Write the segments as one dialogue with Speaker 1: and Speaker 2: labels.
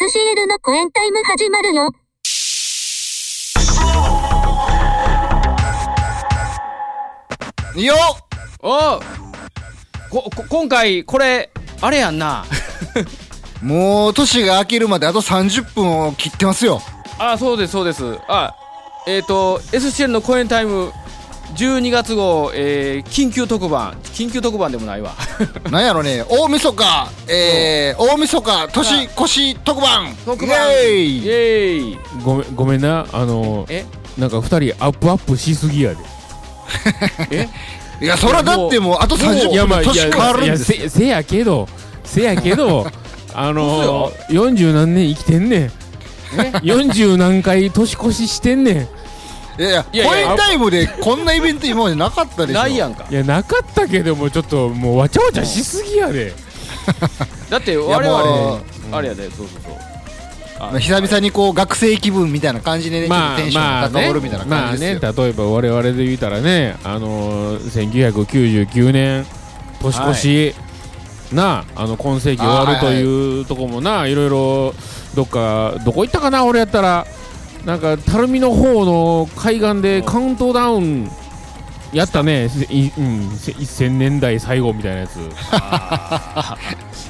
Speaker 1: SCL のコエンタイム始まるよ。
Speaker 2: よ
Speaker 3: おうここ今回これあれやんな
Speaker 2: もう年が明けるまであと30分を切ってますよ
Speaker 3: あそうですそうですあえっ、と SCL の公演タイム12月号、えー緊急特番緊急特番でもないわ
Speaker 2: なんやろね大晦日えー、大晦日年越し特番
Speaker 3: 特番
Speaker 2: イエー
Speaker 3: イ
Speaker 2: イ
Speaker 3: エーイ
Speaker 4: ごめんごめんなあの
Speaker 3: え
Speaker 4: ーなんか二人アップアップしすぎやで
Speaker 3: え
Speaker 2: いやそらだってもうあと30
Speaker 4: や
Speaker 2: 分
Speaker 4: まあ
Speaker 2: で
Speaker 4: いや
Speaker 2: 年変わるん
Speaker 4: いや
Speaker 2: ですよ
Speaker 4: せせやけどせや けどあのー、40何年生きてんねん40何回年越ししてんねん
Speaker 2: いやい
Speaker 3: い
Speaker 2: や
Speaker 3: や
Speaker 2: コ
Speaker 3: いや
Speaker 2: エンタイムでこんなイベント今までなかったでしょ
Speaker 3: ないやんか
Speaker 4: いやなかったけどもちょっともうわちゃわちゃしすぎやで
Speaker 3: だって我
Speaker 2: いや
Speaker 3: 々
Speaker 2: も
Speaker 3: あれやでそうそうそうあ
Speaker 2: まあ久々にこう学生気分みたいな感じでね、
Speaker 4: まあ
Speaker 2: ちょっとテンシ
Speaker 4: ま
Speaker 2: ョ
Speaker 4: あ
Speaker 2: ンが
Speaker 4: ね
Speaker 2: 高ぶるみたいな
Speaker 4: まあ
Speaker 2: 感じ
Speaker 4: ね
Speaker 2: ですよ、
Speaker 4: 例えば我々で言うたらねあのー、1999年年越し、なああの今世紀終わる
Speaker 2: あー
Speaker 4: と
Speaker 2: はいはい
Speaker 4: いうとこもないろいろどっかどこ行ったかな俺やったらなんか垂水の方の海岸でカウントダウンやったねいうん、せ1000年代最後みたいな やつ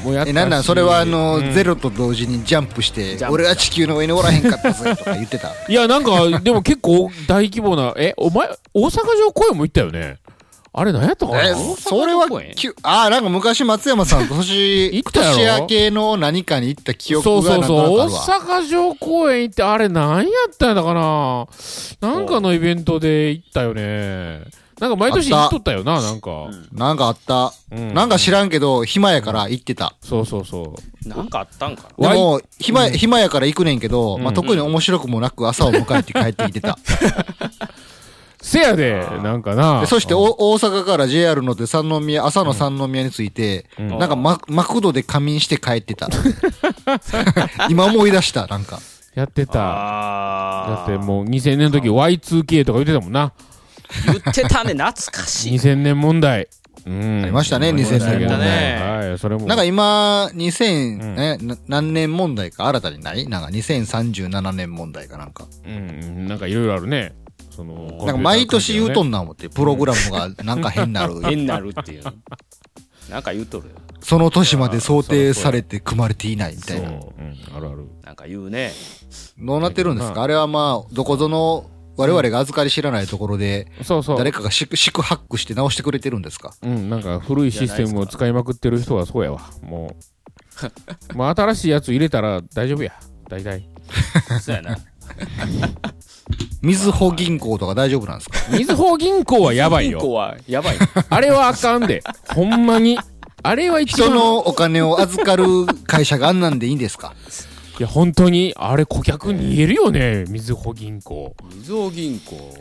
Speaker 4: もうやった
Speaker 2: え
Speaker 4: し
Speaker 2: なんなんそれはあの、
Speaker 4: うん
Speaker 2: ゼロと同時にジャンプして
Speaker 3: ジャンプ
Speaker 2: 俺は地球の上におらへんかったぜとか言ってた
Speaker 4: いや、なんか、でも結構大規模な、え、お前、大阪城公演も行ったよね。あれ、何やったかな
Speaker 2: えそれは
Speaker 3: 大阪の公園
Speaker 2: きゅああなんか昔松山 さんと年
Speaker 4: 行ったやろ
Speaker 2: 年明けの何かに行った記
Speaker 4: そう
Speaker 2: 憶が
Speaker 4: そう
Speaker 2: なん
Speaker 4: そ
Speaker 2: となく
Speaker 4: う、
Speaker 2: あ
Speaker 4: 大
Speaker 2: るわ
Speaker 4: 阪城公園行って、あれ、何やったんだかな。なんかのイベントで行ったよね。なんか毎年行っとったよな、なんか。
Speaker 2: なんかあった、
Speaker 4: うん
Speaker 2: なんか知らんけど暇やから行ってた
Speaker 4: そうそうそ
Speaker 3: なんかあったんか
Speaker 4: う。
Speaker 2: で
Speaker 4: わい
Speaker 2: も暇,、暇やから行くねんけど、ま
Speaker 4: う
Speaker 2: あ、
Speaker 4: ん
Speaker 2: 特に面白くもなく朝を迎えて帰ってきて た
Speaker 4: せやで、なんかな。
Speaker 2: でそしてお大阪から JR 乗って三宮朝の三宮に着いて、
Speaker 4: うん
Speaker 2: なんかママクドで仮眠して帰って た今思い出したなんか
Speaker 4: やってた。だ
Speaker 3: あ
Speaker 4: ってもう2000年の時 Y2K とか言ってたもんな。
Speaker 3: う言ってたね懐か しい
Speaker 4: 2000年問題。うん。
Speaker 2: ありましたね
Speaker 4: ありま
Speaker 2: 2000
Speaker 3: 年問題
Speaker 4: はい、それも。
Speaker 2: なんか今、2000、
Speaker 4: うん
Speaker 2: えな何年問題か新たにないなんか2037年問題かなんか。
Speaker 4: うん、なんかいろいろあるね。その、
Speaker 2: なんか毎年言うと
Speaker 4: ん。
Speaker 2: んな思って、プログラムがなんか変 なる。
Speaker 3: 変なるっていうなんか言うとるよ
Speaker 2: その年まで想定されて組まれていないみた
Speaker 4: そう、
Speaker 2: いうな。
Speaker 4: ん、あるある。
Speaker 3: なんか言うね
Speaker 2: どうなってるんです
Speaker 4: ま
Speaker 2: かあれはまあ、どこぞの我々が預かり知らないところで、
Speaker 4: そうそう。
Speaker 2: 誰かがシクシクハックして直してくれてるんですか
Speaker 4: うん、なんか古いシステムを使いまくってる人はそうやわ。も う。まあ新しいやつ入れたら大丈夫や。大体。
Speaker 3: そうやな
Speaker 2: みずほ銀行とか大丈夫なんですか
Speaker 4: みずほ銀行はやばい
Speaker 3: 銀行
Speaker 4: よ。
Speaker 3: はやばい
Speaker 4: あれはあかんで。ほんまに。あれは一番。
Speaker 2: 人のお金を預かる会社があんなんでいいんですか
Speaker 4: いや、本当に、あれ顧客逃げるよね。みずほ銀行。
Speaker 3: みずほ銀行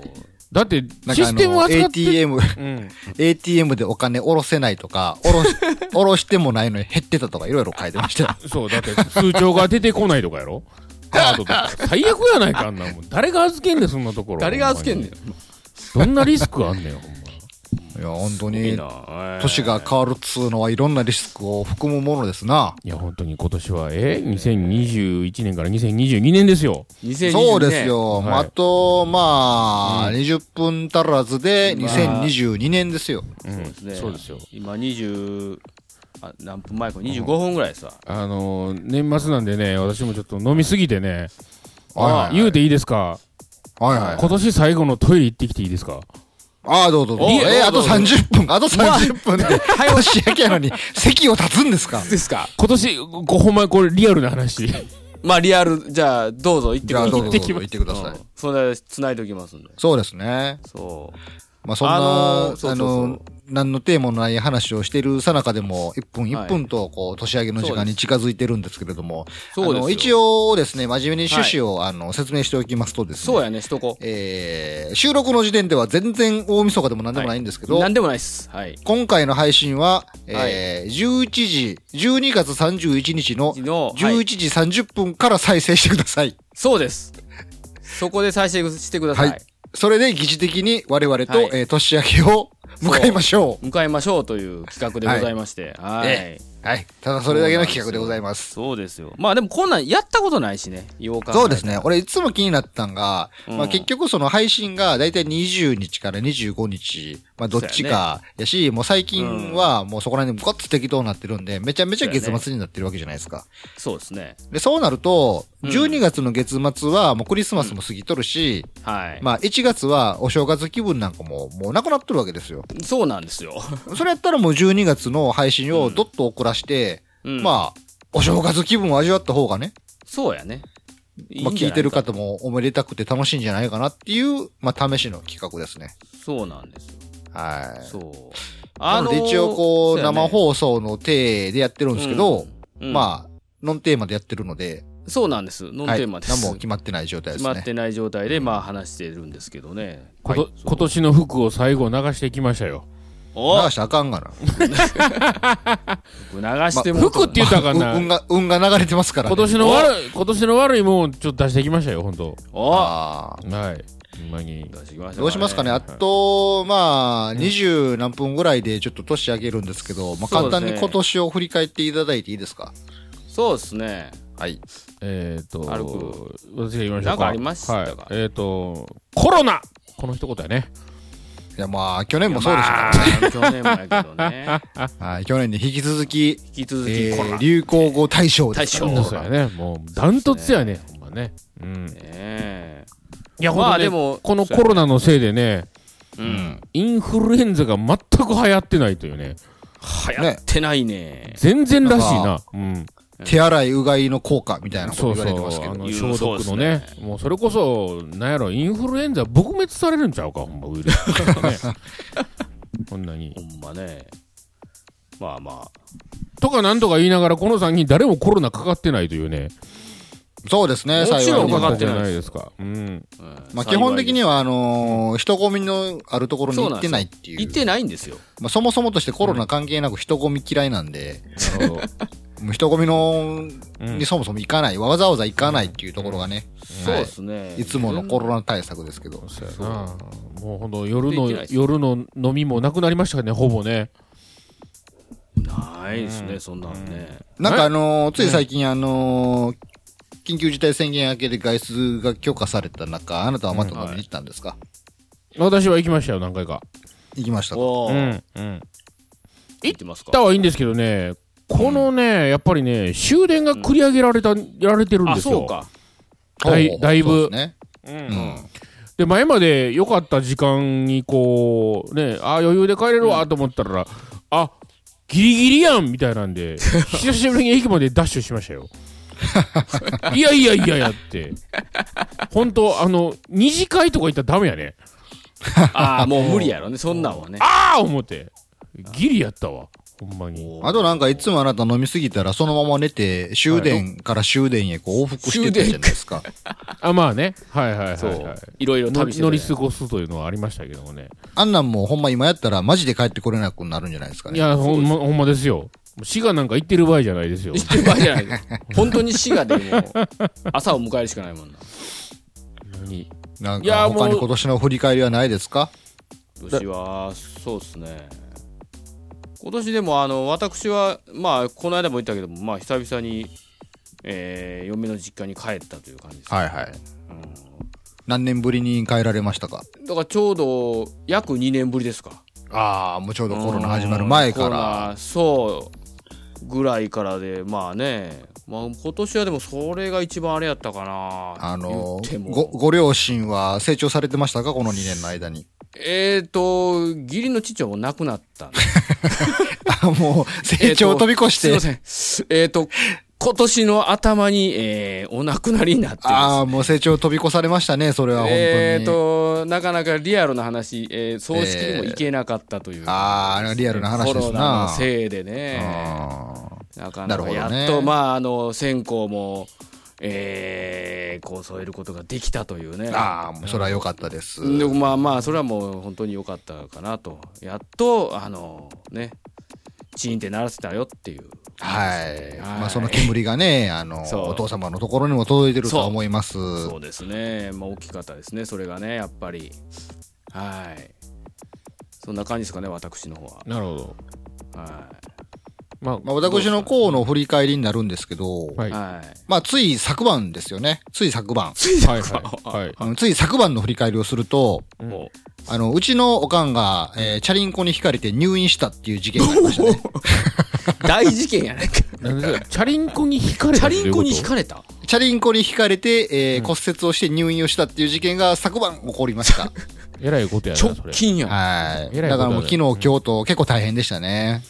Speaker 4: だって、
Speaker 2: なん
Speaker 4: シ
Speaker 2: かあ
Speaker 4: ステム
Speaker 2: の、
Speaker 4: 扱って。
Speaker 2: ATM、
Speaker 4: うん。
Speaker 2: ATM でお金下ろせないとか、下ろし、下ろしてもないのに減ってたとかいろいろ書いてましたよ。
Speaker 4: そう、だって通帳が出てこないとかやろカードとか。最悪やないか、あんなもん。誰が預けんねん、そんなところ。
Speaker 3: 誰が預けんねん
Speaker 4: ほまにどんなリスクあんねん、ほんま。
Speaker 2: いや、本当
Speaker 3: いい
Speaker 2: に、
Speaker 3: な
Speaker 2: 年が変わるっつうのはいろんなリスクを含むものですな。
Speaker 4: いや、本当に今年は、え ?2021 年から2022年ですよ。
Speaker 3: 2020
Speaker 2: そうですよ。
Speaker 4: はい
Speaker 2: まああと、まあ、20分足らずで
Speaker 3: まあ
Speaker 2: 2022年ですよ。
Speaker 4: うん。そう
Speaker 3: ですね
Speaker 4: そうですよ。
Speaker 3: 今20あ何分前か25分ぐらいですわ、
Speaker 4: あのー、年末なんでね、私もちょっと飲みすぎてね、
Speaker 2: はいはいはい
Speaker 4: 言うていいですか、
Speaker 2: はいはい。
Speaker 4: 今年最後のトイレ行ってきていいですか
Speaker 2: ああ、どうぞどうぞ。
Speaker 3: お
Speaker 2: えーあと
Speaker 3: どうぞ
Speaker 2: 30分、あと30分で、 年明けやのに席を立つんですか
Speaker 3: ですか
Speaker 4: 今年、ごほんまこれリアルな話。
Speaker 3: まあリアルじゃあどうぞ行って
Speaker 2: じゃ
Speaker 3: くださ
Speaker 2: あ、
Speaker 3: い
Speaker 2: どうぞどう
Speaker 4: 行って
Speaker 2: ぞ
Speaker 4: きます
Speaker 2: 行ってください。
Speaker 3: うんそれ繋いでおきますんで
Speaker 2: そうですね。
Speaker 3: そう
Speaker 2: まあそんな、
Speaker 3: あ
Speaker 2: あ
Speaker 3: の
Speaker 2: の
Speaker 3: ーそうそうそう
Speaker 2: 何のテーマのない話をしているさなかでも、1分
Speaker 3: は
Speaker 2: 1
Speaker 3: い
Speaker 2: 分と、こう、年明けの時間に近づいてるんですけれども、
Speaker 3: そうです
Speaker 2: あ
Speaker 3: よ
Speaker 2: の、一応ですね、真面目に趣旨を、あの、説明しておきますとですね、
Speaker 3: そうやねしとこ
Speaker 2: えー収録の時点では全然大晦日でも何でもないんですけど、
Speaker 3: なんでもないっすはい
Speaker 2: 今回の配信は、えー11時、12月31日の
Speaker 3: のはい
Speaker 2: 11時30分から再生してください。
Speaker 3: そうですそこで再生してください、
Speaker 2: はいそれで疑似的に我々と、
Speaker 3: はい
Speaker 2: えー年明けを迎えましょう。
Speaker 3: 迎えましょうという企画でございましてはい、
Speaker 2: えはい。ただそれだけの企画でございます。
Speaker 3: そうですよ。まあでもこんなんやったことないしね、よう考えたら
Speaker 2: そうですね。。俺いつも気になったんが、
Speaker 3: うん
Speaker 2: まあ結局その配信がだいたい20日から25日、まあどっちかやし、もう最近はもうそこら辺でゴッツ適当になってるんで、めちゃめちゃ月末になってるわけじゃないですか。
Speaker 3: そうですね。
Speaker 2: で、そうなると、
Speaker 3: うん
Speaker 2: 12月の月末はもうクリスマスも過ぎとるし、
Speaker 3: はい。
Speaker 2: まあ1月はお正月気分なんかももうなくなってるわけですよ。
Speaker 3: そうなんですよ。
Speaker 2: それやったらもう12月の配信をどっと遅らして、
Speaker 3: うん、あ。
Speaker 2: まあ、お正月気分を味わった方がね、
Speaker 3: そうやね。
Speaker 2: まあ、
Speaker 3: ん
Speaker 2: 聞
Speaker 3: じ
Speaker 2: い
Speaker 3: ゃなか
Speaker 2: てる方。もおめでたくて楽しいんじゃないかなっていう、まあ、試しの企画ですね。
Speaker 3: そうなんですよ。
Speaker 2: はい。
Speaker 3: そう。
Speaker 2: なので一応こう、生
Speaker 3: 送
Speaker 2: 放送の体でやってるんですけど、、
Speaker 3: あ。
Speaker 2: まあ、ノンテーマでやってるので、
Speaker 3: そうなんです。ノンテ
Speaker 2: はい
Speaker 3: ーマです。
Speaker 2: 何も決まってない状態です
Speaker 3: 決まっ
Speaker 2: ね。
Speaker 3: てない状態で、まあ話してるんですけどね。
Speaker 4: こと
Speaker 3: そう
Speaker 4: 今年の服を最後流してきましたよ。
Speaker 3: お
Speaker 2: 流したらあかんがな。
Speaker 3: 流してもうと
Speaker 4: 服って言ったらあかん
Speaker 2: まあ う運
Speaker 4: な。
Speaker 2: が、運が流れてますから、ね。
Speaker 4: 今年の悪い、今年の悪いもんをちょっと出してきましたよ、本当。
Speaker 3: お
Speaker 2: あー
Speaker 4: はい。今に。
Speaker 3: 出してきました
Speaker 2: どうしますかねあと、まあ、二十何分ぐらいでちょっと年上げるんですけど、まあ、簡単
Speaker 3: そうで
Speaker 2: に
Speaker 3: すね
Speaker 2: 今年を振り返っていただいていいですか
Speaker 3: そうですね。
Speaker 2: はい。
Speaker 4: えっと、
Speaker 3: 軽く
Speaker 4: 私が言いましょうか。
Speaker 3: なんかありましたか
Speaker 4: はい、えっと、コロナこの一言やね。
Speaker 2: いや、まあ、去年もそうでしたからね。
Speaker 3: まあ去年もやけ どね。
Speaker 2: はい、去年に引き続き、
Speaker 3: 引き続
Speaker 2: え
Speaker 3: きコロナ
Speaker 2: ー、。流行語大賞ですから
Speaker 3: 大
Speaker 4: う
Speaker 3: 賞
Speaker 4: んそうやね。もう、ダントツやね、ほんまね。うん。
Speaker 3: ねえ
Speaker 4: いや、
Speaker 3: ま
Speaker 4: ほ
Speaker 3: あ
Speaker 4: ん
Speaker 3: で
Speaker 4: でも、
Speaker 3: も、
Speaker 4: このコロナのせいでね、
Speaker 3: うん。
Speaker 4: インフルエンザが全く流行ってないというね。
Speaker 3: 流行ってないね。
Speaker 4: 全然らしい
Speaker 2: な
Speaker 4: な。うん。
Speaker 2: 手洗いうがいの効果みたいなこ
Speaker 4: そ
Speaker 2: と言
Speaker 4: う
Speaker 2: わ
Speaker 4: そう。
Speaker 2: れてますけど。
Speaker 4: あの
Speaker 3: 言う
Speaker 4: 消
Speaker 3: そうっ
Speaker 4: 毒
Speaker 3: す
Speaker 4: の
Speaker 3: ね
Speaker 4: ね。もうそれこそ、なんやろ、インフルエンザ撲滅されるんちゃうか、ほんま、ウイルス。ねこんなに
Speaker 3: ほ。んまね。まあま
Speaker 4: とかなんとか言いながら、この3人誰もコロナかかってないというね。
Speaker 2: そうですね、
Speaker 3: もち
Speaker 2: 幸
Speaker 3: ろ
Speaker 2: い
Speaker 3: ん
Speaker 2: に
Speaker 3: かかって
Speaker 4: じ
Speaker 3: な
Speaker 4: ゃ
Speaker 3: い
Speaker 4: ないですか。うん。
Speaker 3: あうん。
Speaker 2: まあ、基本的に
Speaker 3: は
Speaker 2: は、あのー人混みのあるところに行ってないっていう。
Speaker 3: 行ってないんですよ。
Speaker 2: まあ、そもそもとしてコロナ関係なく人混み嫌いなんで、
Speaker 4: なるほど。
Speaker 2: もう人混みの、
Speaker 4: うん
Speaker 2: にそもそも行かない、わざわざ行かないっていうところがね、
Speaker 3: そうですね。
Speaker 2: いつものコロナ対策ですけど。
Speaker 4: そうやな。もうほんと、夜の
Speaker 3: できないっ、す
Speaker 4: 夜の飲みもなくなりましたね、ほぼね。
Speaker 3: ないですね、そんなのね。
Speaker 2: なんかあのーつい最近あのー緊急事態宣言明けで外出が許可された中、あなたはまた飲みに行ったんですか、
Speaker 4: 私は行きましたよ、何回か。
Speaker 2: 行きましたか。
Speaker 3: お
Speaker 4: う
Speaker 3: ー。
Speaker 4: ん。うん。
Speaker 3: 行ってます
Speaker 4: 行っ
Speaker 3: か
Speaker 4: たはいいんですけどね、このね、やっぱりね、終電が繰り上げられた、られてるん
Speaker 3: あ、
Speaker 4: ですよ。
Speaker 3: そう か。
Speaker 4: だい
Speaker 2: おう
Speaker 4: だいぶ
Speaker 2: そうですね。
Speaker 4: うん
Speaker 2: うん。
Speaker 4: で、前まで良かった時間にこう、ね、あ余裕で帰れるわと思ったら、あギリギリやんみたいなんで、久しぶりに駅までダッシュしましたよ。 いやいやいやいやって。本当あの、二次会とか行ったらダメやね。
Speaker 3: ああ、もう無理やろね、そんなんはね。
Speaker 4: ああ思って。ギリやったわ。ほんまに。
Speaker 2: あとなんかいつもあなた飲みすぎたらそのまま寝て終電から終電へこう往復してたじゃないですか。
Speaker 4: あ、まあね。はいはいはい、はい。
Speaker 3: そう。いろいろ
Speaker 4: の
Speaker 3: 旅してた
Speaker 4: 乗り
Speaker 3: ね
Speaker 4: 過ごすというのはありましたけどもね。
Speaker 2: あんなんもうほんま今やったらマジで帰ってこれなくなるんじゃないですか
Speaker 4: い
Speaker 2: ね。
Speaker 4: や、ほんま、ほんまですよ。滋賀なんか行ってる場合じゃないですよ。
Speaker 3: 行ってる場合じゃない本当に滋賀でもう朝を迎えるしかない もんな
Speaker 4: に
Speaker 2: なん
Speaker 4: いや
Speaker 2: か
Speaker 4: もう
Speaker 2: 他に今年の振り返りはないですか
Speaker 3: 今年はそうですね今年でもあの私はまあこの間も言ったけどもまあ久々に、えー嫁の実家に帰ったという感じです、
Speaker 2: はいはい。何年ぶりに帰られましたか
Speaker 3: だからちょうど約2年ぶりですか
Speaker 2: ああ、もうちょうどコロナ始まる前か
Speaker 3: コロ
Speaker 2: ら。
Speaker 3: ナそうぐらいからでまあねまあ今年はでもそれが一番あれやったかな
Speaker 2: あの
Speaker 3: 言っても
Speaker 2: ご、ご両親は成長されてましたかこの2年の間に。
Speaker 3: えっ、ー、と義理の父はもう亡くなったんで
Speaker 2: あもう、 成長を飛び越し
Speaker 3: え
Speaker 2: て
Speaker 3: ーと。すいません。えっ、と、今年の頭に、えー、お亡くなりになって
Speaker 2: あ
Speaker 3: ま
Speaker 2: あ、もう成長を飛び越されましたね、それは
Speaker 3: す。
Speaker 2: 本当に。
Speaker 3: えっ、と、なかなかリアルな話、えー、葬式にも行けなかったという、
Speaker 2: あーリアルな話ですな
Speaker 3: コロナのせいでね。
Speaker 2: あ
Speaker 3: なか
Speaker 2: な
Speaker 3: な
Speaker 2: る
Speaker 3: か
Speaker 2: ほど
Speaker 3: やっ
Speaker 2: ね
Speaker 3: と、まあ、あの、線香も、えー、こう添えることができたというね。
Speaker 2: ーあー、もうそれは良かったです。
Speaker 3: でもまあまあ、それはもう本当に良かったかなと。やっと、あの、ね、チーンって鳴らせたよっていう。
Speaker 2: はい。
Speaker 3: はい
Speaker 2: まあ、その煙がね、あの、
Speaker 3: そう
Speaker 2: お父様のところにも届いてるとは思います。
Speaker 3: そうですね、まあ、大きかったですね、それがね、やっぱり。はい。そんな感じですかね、私の方は。
Speaker 4: なるほど。
Speaker 3: は
Speaker 4: まあ、
Speaker 2: まあ、私の
Speaker 3: どうですか
Speaker 2: 項の振り返りになるんですけど、
Speaker 4: はい。はい
Speaker 3: はい。
Speaker 2: まあ、つい昨晩ですよね。つい昨晩。
Speaker 4: はい。はい。
Speaker 2: あのつい昨晩の振り返りをすると、
Speaker 4: うん
Speaker 3: も
Speaker 2: あの、うちのおかんが、えーチャリンコにひかれて入院したっていう事件がありましたね。
Speaker 3: う 大事件やねチ
Speaker 4: なんでチャリンコに引かれた
Speaker 3: ャ
Speaker 4: って
Speaker 3: リ
Speaker 4: い
Speaker 3: ン
Speaker 4: う
Speaker 3: コ
Speaker 4: こと
Speaker 3: に引かれた
Speaker 2: チャリンコにひかれて、えー
Speaker 4: うん
Speaker 2: 骨折をして入院をしたっていう事件が昨晩起こりました。
Speaker 4: えらいことやな、
Speaker 3: 直
Speaker 4: それ。
Speaker 3: 近やん
Speaker 2: はい。
Speaker 4: えら
Speaker 2: だか
Speaker 4: いことだね
Speaker 2: らもう昨日、今日と結構大変でしたね。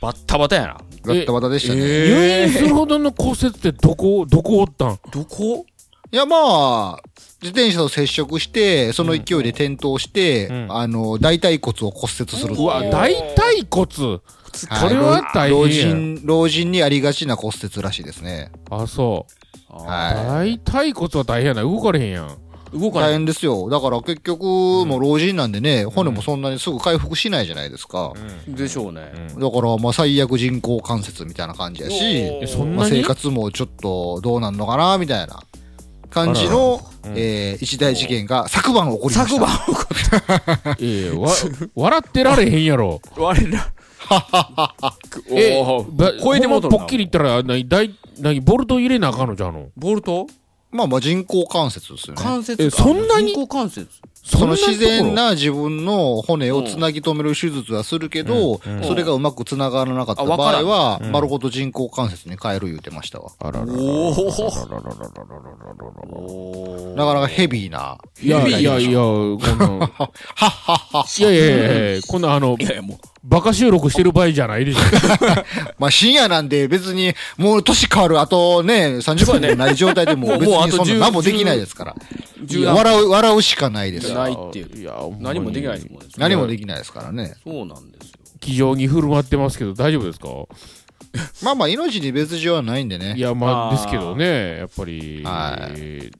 Speaker 3: バッタバタやな
Speaker 2: バッタバタでしたね。
Speaker 3: え
Speaker 4: 入院するほどの骨折ってどこ、どこおったん
Speaker 3: どこ
Speaker 2: いや、まあ、自転車と接触して、その勢いで転倒して、
Speaker 4: うん
Speaker 2: あの、大腿骨を骨折するっていう
Speaker 4: うわ、大腿骨
Speaker 2: はい
Speaker 4: これは大
Speaker 2: 老
Speaker 4: 変や。
Speaker 2: 人、老人にありがちな骨折らしいですね。
Speaker 4: あ、そう。
Speaker 2: は
Speaker 4: 大腿骨は大変やな。動かれへんやん。
Speaker 3: 動か
Speaker 2: 大
Speaker 3: ない
Speaker 2: 変ですよ。だから結局、もう老人なんでね、骨もそんなにすぐ回復しないじゃないですか。
Speaker 3: でしょうね
Speaker 4: うん
Speaker 2: だから、まあ最悪人工関節みたいな感じやし、
Speaker 3: おー
Speaker 4: えそん
Speaker 2: まあ
Speaker 4: な
Speaker 2: 生
Speaker 4: に
Speaker 2: 活もちょっとどうなんのかな、みたいな感じの、
Speaker 4: あららうん
Speaker 2: えー一大事件が昨晩起こりました。
Speaker 3: 昨晩
Speaker 4: ええ、わ、笑ってられへんやろ。
Speaker 3: 我ら
Speaker 4: ええ、
Speaker 3: おー
Speaker 4: ば
Speaker 3: 超えてもうとるな
Speaker 4: ほんまポッキリ言ったら、なに、大、なに、ボルト入れなあかんのじゃあの。
Speaker 3: ボルト
Speaker 2: まあまあ人工関節ですよね。
Speaker 3: 関節
Speaker 4: え
Speaker 3: か
Speaker 4: そんなに
Speaker 3: 人工関節
Speaker 2: その
Speaker 4: んなところ
Speaker 2: 自然な自分の骨をつなぎ止める手術はするけど、
Speaker 4: うんうん
Speaker 2: それがうまくつながらなかった
Speaker 3: あ
Speaker 2: 場
Speaker 3: わから
Speaker 2: 合
Speaker 3: ん
Speaker 2: は、
Speaker 4: うん
Speaker 2: 丸ごと人工関節に変える言うてましたわ。
Speaker 4: あらららららら
Speaker 3: お
Speaker 4: ら
Speaker 3: お
Speaker 4: らららららららら
Speaker 3: お
Speaker 2: なかなかヘビーな。
Speaker 4: いやいやいや、この、いやいやいやいや、こんなあの
Speaker 3: い、やいやもう
Speaker 4: バカ収録してる場合じゃないでしょ。
Speaker 2: まあ深夜なんで別に、もう年変わる、あとね、30分でない状態でも
Speaker 3: も
Speaker 2: う
Speaker 3: う
Speaker 2: 別
Speaker 3: もうあ
Speaker 2: に
Speaker 3: と
Speaker 2: そんな
Speaker 3: 10
Speaker 2: 何もできないですから。
Speaker 3: 柔軟
Speaker 2: 笑う、笑うしかないです。
Speaker 3: ないっていう
Speaker 4: いや、
Speaker 3: 何もできないです
Speaker 4: ん。
Speaker 3: もんね
Speaker 2: 何もできないですからね。
Speaker 3: そうなんですよ
Speaker 4: 気丈に振る舞ってますけど、大丈夫ですか
Speaker 2: まあまあ命に別状はないんでね
Speaker 4: い。や、ま
Speaker 3: あー
Speaker 4: あ、ですけどね、やっぱり。
Speaker 2: はい
Speaker 4: え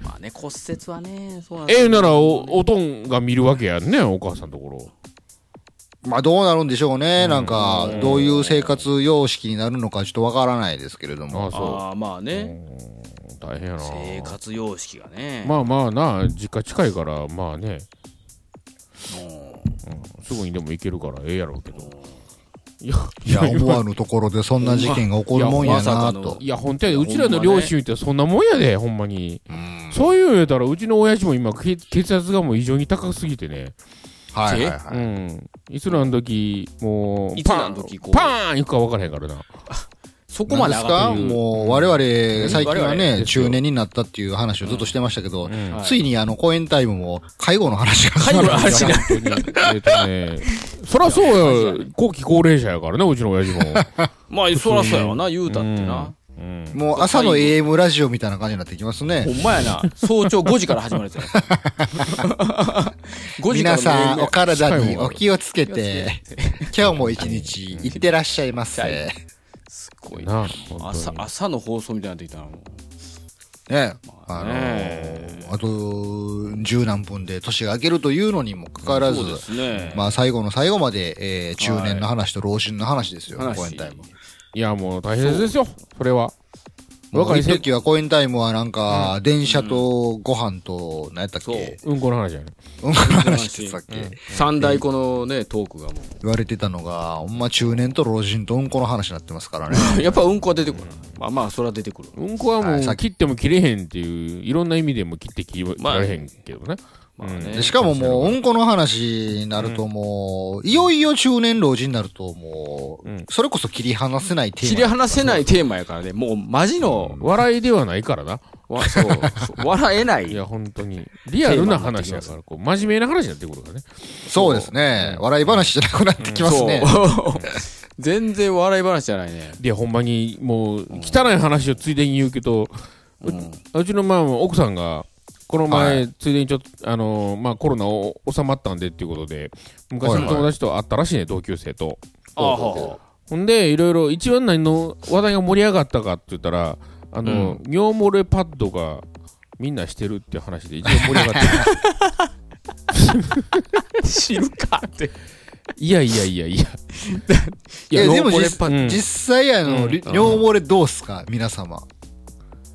Speaker 3: まあね骨折はねそうなんですよ
Speaker 4: えなら、お、おとんが見るわけやんね、お母さんのところ。
Speaker 2: まあどうなるんでしょうね。なんか
Speaker 4: う、ん
Speaker 2: どういう生活様式になるのかちょっとわからないですけれども
Speaker 4: あ。そ
Speaker 3: ああまあ
Speaker 4: う。う
Speaker 3: ね
Speaker 4: ん大変やな。
Speaker 3: 生活様式がね
Speaker 4: まあまあな、実家近いから、まあね、
Speaker 3: うん
Speaker 4: すぐにでも行けるからええやろうけど。いや、
Speaker 2: い や、思わぬところでそんな事件が起こるもんやなと。
Speaker 4: いや、本当やで、うちらの両親ってそんなもんやで、ほんまに。
Speaker 2: うん
Speaker 4: そういうの言うたら、うちの親父も今、血血圧がもう異常に高すぎてね。
Speaker 2: はいはいは
Speaker 4: う
Speaker 2: い。
Speaker 4: ん。いつらの時、もう、
Speaker 3: いつら
Speaker 4: パ
Speaker 3: の
Speaker 4: ー
Speaker 3: 時
Speaker 4: ン
Speaker 3: こう
Speaker 4: パーン行くか分からへんからな。
Speaker 3: そこ
Speaker 2: 何
Speaker 3: ま
Speaker 2: で
Speaker 3: です上がっ
Speaker 2: か
Speaker 4: ってる
Speaker 2: もう我々、最近は
Speaker 3: 我々
Speaker 4: です
Speaker 2: ね、
Speaker 4: よ
Speaker 2: 中年になったっていう話をずっとしてましたけど、
Speaker 4: うん
Speaker 2: ついにあの、講演タイムも、介護の話が始
Speaker 3: 介
Speaker 2: ま
Speaker 3: 護
Speaker 2: る。
Speaker 3: の話が
Speaker 4: 本当に。えっとね、 そらそうや、後期高齢者やからね、うちの親父も。
Speaker 3: まあそらそうやわな言うたってな
Speaker 4: うん。
Speaker 2: もう朝の AM ラジオみたいな感じになってきます
Speaker 3: ほ
Speaker 2: ね。
Speaker 3: んまやな。早朝5時から始まるやつや。5時から
Speaker 2: 皆さん、お
Speaker 3: お
Speaker 2: 体にお気をつけて、今日も一日、いってらっしゃいませ。
Speaker 3: すごいな。
Speaker 4: な、本当に
Speaker 3: 朝、朝の放送みたいになってきたの。
Speaker 2: ね。あの
Speaker 3: ね
Speaker 2: ー、あと、十何分で年が明けるというのにもかかわらず
Speaker 3: そう、ですね。
Speaker 2: まあ最後の最後まで、えー中年の話と老人の話ですよ、
Speaker 3: 話
Speaker 2: 講演タイム。
Speaker 4: いや、もう大変ですよ、それは。
Speaker 2: もう
Speaker 4: 若い
Speaker 2: 一
Speaker 4: 世
Speaker 2: 時は公演タイムはなんか、電車とご飯と、何やったっ
Speaker 3: そう
Speaker 2: け
Speaker 4: うんこの話やね。
Speaker 2: うんこの話してたっけ
Speaker 3: 三大このね、トークがも
Speaker 2: 言われてたのが、ほんま中年と老人とうんこの話になってますからね。
Speaker 3: う。やっぱうんこは出てくるな。まあまあ、それは出てくる。
Speaker 4: うんこはも
Speaker 2: は
Speaker 4: う
Speaker 2: いさっき
Speaker 4: 切っても切れへんっていう、いろんな意味でも切って切り切られへんけどね。
Speaker 3: まあね
Speaker 2: で。しかももう、うんこの話になるともう、いよいよ中年老人になるともう、
Speaker 4: うん
Speaker 2: それこそ切り離せないテ
Speaker 3: 切
Speaker 2: ー
Speaker 3: り
Speaker 2: マ。
Speaker 3: 離せないテーマやからね。もう、マジの、
Speaker 4: 笑いではないからな。
Speaker 3: わそう、そう笑えないい。
Speaker 4: や、本当に。リアルな話やから、こう、真面目な話になってくるからね。
Speaker 2: そうですね。笑い話じゃなくなってきます
Speaker 3: そう
Speaker 2: ね。。
Speaker 3: 全然笑い話じゃないね。
Speaker 4: で、ほんまに、もう、汚い話をついでに言うけど、ううちの、まあ、奥さんが、この前、
Speaker 2: は
Speaker 4: ついでにちょっと、あのーまあ、コロナを収まったんでっていうことで、昔
Speaker 2: はい
Speaker 4: の
Speaker 2: はい
Speaker 4: 友達と会ったらしいね、同級生と。
Speaker 3: ああ、は
Speaker 4: ほんで、いろいろ、一番何の話題が盛り上がったかって言ったら、あの、尿漏れパッドがみんなしてるっていう話で一番盛り上がった。
Speaker 3: あ。知るかって。
Speaker 4: いやいやいやいや。
Speaker 2: いや、でも
Speaker 3: これ
Speaker 2: 実
Speaker 3: パ
Speaker 4: うん
Speaker 2: 実際あの、
Speaker 4: うん
Speaker 2: り尿漏れどうっすか皆様。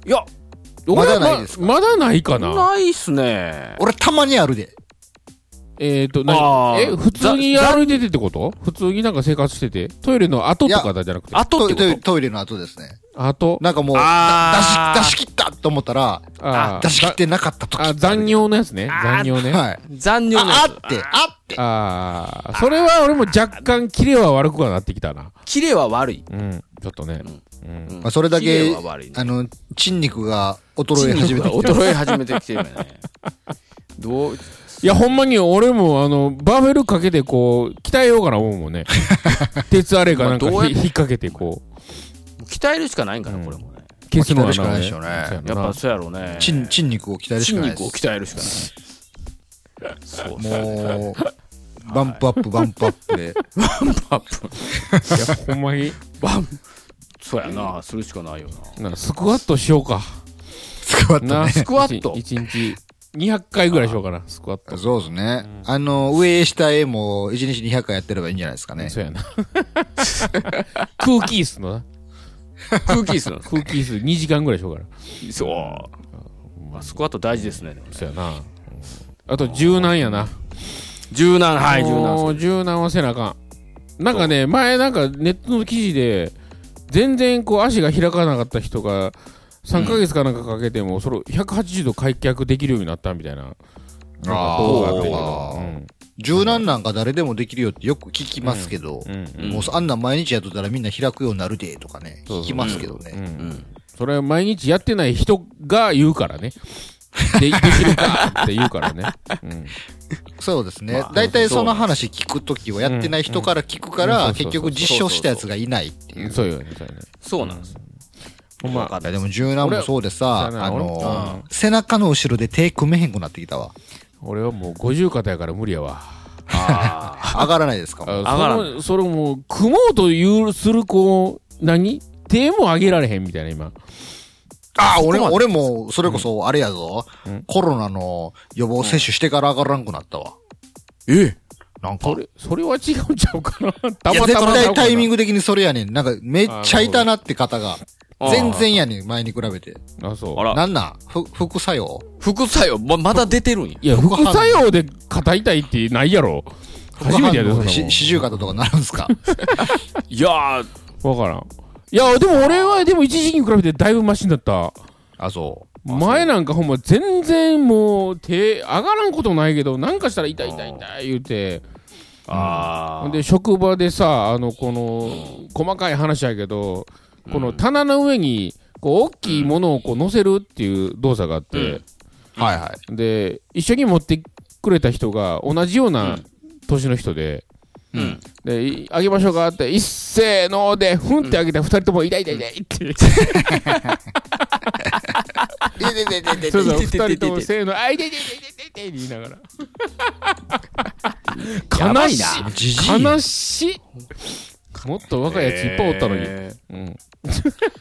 Speaker 3: いや、
Speaker 2: まだないです
Speaker 4: かまだないかな。
Speaker 3: ないっすね。
Speaker 2: 俺たまにあるで。
Speaker 4: えっ、と、
Speaker 3: あ
Speaker 4: 何
Speaker 3: ー
Speaker 4: え、普通に
Speaker 3: ざざ
Speaker 4: 歩いててってこと普通になんか生活しててトイレの後とかだじゃなくて。
Speaker 3: あと
Speaker 2: ト
Speaker 3: って
Speaker 2: イ
Speaker 3: こ
Speaker 2: トイレ
Speaker 3: と
Speaker 2: トイレの後ですね。
Speaker 4: 後
Speaker 2: なんかもう、
Speaker 3: あー
Speaker 2: だ出し、出し切ったと思ったら、
Speaker 4: あー
Speaker 2: 出し切ってなかった時
Speaker 4: あ、残業のやつね。
Speaker 3: あ
Speaker 4: 残業ね。
Speaker 2: はい。
Speaker 3: 残念な
Speaker 2: あ
Speaker 3: や、
Speaker 2: あ
Speaker 3: つ
Speaker 2: って、あって。
Speaker 4: ああ、それは俺も若干キレは悪くはなってきたな。
Speaker 3: キレは悪い、
Speaker 4: うん、ちょっとね。うん。
Speaker 3: うん
Speaker 2: まあ、それだ
Speaker 3: キレ
Speaker 2: け
Speaker 3: は悪い、ね、
Speaker 2: あの、筋肉が衰え始めてきてる。
Speaker 3: 衰え始めてきてるよねどう
Speaker 4: いや、ほんまに俺も、あの、バーベルかけてこう、鍛えようかな思う もんね。鉄あれかなんか
Speaker 3: まあどうやっ
Speaker 4: ひ引っ掛けてこ
Speaker 3: 鍛えるしかないんかな、
Speaker 4: うん
Speaker 3: これもね
Speaker 4: う、消すのは
Speaker 2: 鍛えるしかないでしょうね
Speaker 3: やっぱそうやろうね
Speaker 2: 筋筋肉を鍛えるし
Speaker 3: 筋
Speaker 2: かないで
Speaker 3: 肉を
Speaker 2: す。
Speaker 3: 鍛えるしかないそうそう
Speaker 2: もう、バンプアップ、バンプアップで。
Speaker 3: アップ
Speaker 4: いや、ほんまに、
Speaker 3: バンそうやなするしかないよな
Speaker 4: なスクワットしようか。
Speaker 2: スクワット
Speaker 4: な、
Speaker 2: ね。
Speaker 3: スクワット
Speaker 4: 一日200回ぐらいしようかな、スクワット。
Speaker 2: そうですね。あの、上へ下へも、1日200回やってればいいんじゃないですかね。
Speaker 4: そうやな。空気椅子のな。
Speaker 3: 空気椅子なんです
Speaker 4: 空気椅子2時間ぐらいしようかな。
Speaker 3: そうあスクワット大事ですねでもね
Speaker 4: そうやな。うんあと柔軟やな。
Speaker 3: 柔軟はい柔軟
Speaker 4: もう柔軟はせなあかん。なんかね、前なんかネットの記事で、全然こう足が開かなかった人が、3ヶ月かなんかかけても、それを180度開脚できるようになったみたいな。なんか動画あったけど
Speaker 2: あ
Speaker 4: う
Speaker 2: ー
Speaker 4: ん
Speaker 2: 柔軟なんか誰でもできるよってよく聞きますけど、
Speaker 4: うん
Speaker 2: もうあんなん毎日やっとったらみんな開くようになるでとかね、
Speaker 4: そうそう
Speaker 2: 聞きますけど
Speaker 4: う
Speaker 2: ね。
Speaker 4: ん
Speaker 3: うん
Speaker 4: それは毎日やってない人が言うからね。で、できるかって言うからね。うん
Speaker 2: そうですね
Speaker 3: まあ。
Speaker 2: 大体その話聞くときはやってない人から聞くから、
Speaker 4: うん
Speaker 2: 結局実証したやつがいないっていう。
Speaker 4: そうよね、そうよね。
Speaker 3: そうなんです
Speaker 4: ほんま、
Speaker 2: いやでも柔軟もそうでさ、あ
Speaker 4: 俺はそうやな
Speaker 2: のー背中の後ろで手組めへんくなってきた わ。
Speaker 4: 俺はもう50肩やから無理やわ。
Speaker 3: あ
Speaker 2: 上がらないですかも。
Speaker 3: 上がらん
Speaker 4: あそのそれもう、組もうというする、こう、何手も上げられへんみたいな、今。
Speaker 2: ああ、俺
Speaker 3: そこま
Speaker 2: も、
Speaker 3: で
Speaker 2: 俺も、それこそあれやぞ、
Speaker 4: うん
Speaker 2: コロナの予防接種してから上がらんくなったわ。
Speaker 3: え
Speaker 2: なんか
Speaker 4: そ。れ、それは違うんちゃうかな。た
Speaker 2: いや、
Speaker 4: ま
Speaker 2: 絶
Speaker 4: たま
Speaker 2: 対タイミン
Speaker 4: グ。
Speaker 2: グ的にそれやねん。なんか、めっちゃいたなって方が。
Speaker 3: あ
Speaker 2: 全然やねん、前に比べて。
Speaker 4: あ、そう。
Speaker 3: あら
Speaker 2: なんなんふ副作用
Speaker 3: 副作用ままだ出てるんや
Speaker 4: いや、
Speaker 2: 副
Speaker 4: 副
Speaker 2: 反応
Speaker 4: 作用で肩痛いってないやろ。初めてやで、そんなもん
Speaker 2: し四十肩とかなるんすか
Speaker 3: いやー
Speaker 4: わからん。いや、でも俺は、でも一時期に比べてだいぶマシになった。
Speaker 2: あ、そう。
Speaker 4: 前なんかほんま全然もう手上がらんことないけどなんかしたら痛い痛い痛い言うて
Speaker 3: あ
Speaker 4: ほん
Speaker 3: ー
Speaker 4: で職場でさあのこの細かい話やけどこの棚の上にこう大きいものをこう乗せるっていう動作があって
Speaker 2: はいはい。
Speaker 4: で一緒に持ってくれた人が同じような年の人で
Speaker 3: うん
Speaker 4: でい上げましょうかって一せーのでふんって上げたら二人とも痛い痛い痛いって
Speaker 2: でででで
Speaker 4: そうそう、
Speaker 3: いて
Speaker 4: 二
Speaker 3: ててて
Speaker 4: 人ともせーの、あいててててててって言いなが
Speaker 3: や
Speaker 4: ら。
Speaker 3: ば
Speaker 4: 悲
Speaker 3: い
Speaker 4: し
Speaker 3: ない
Speaker 4: い。悲しい。もっと若いやついっぱいおったのに。
Speaker 3: え
Speaker 4: うん。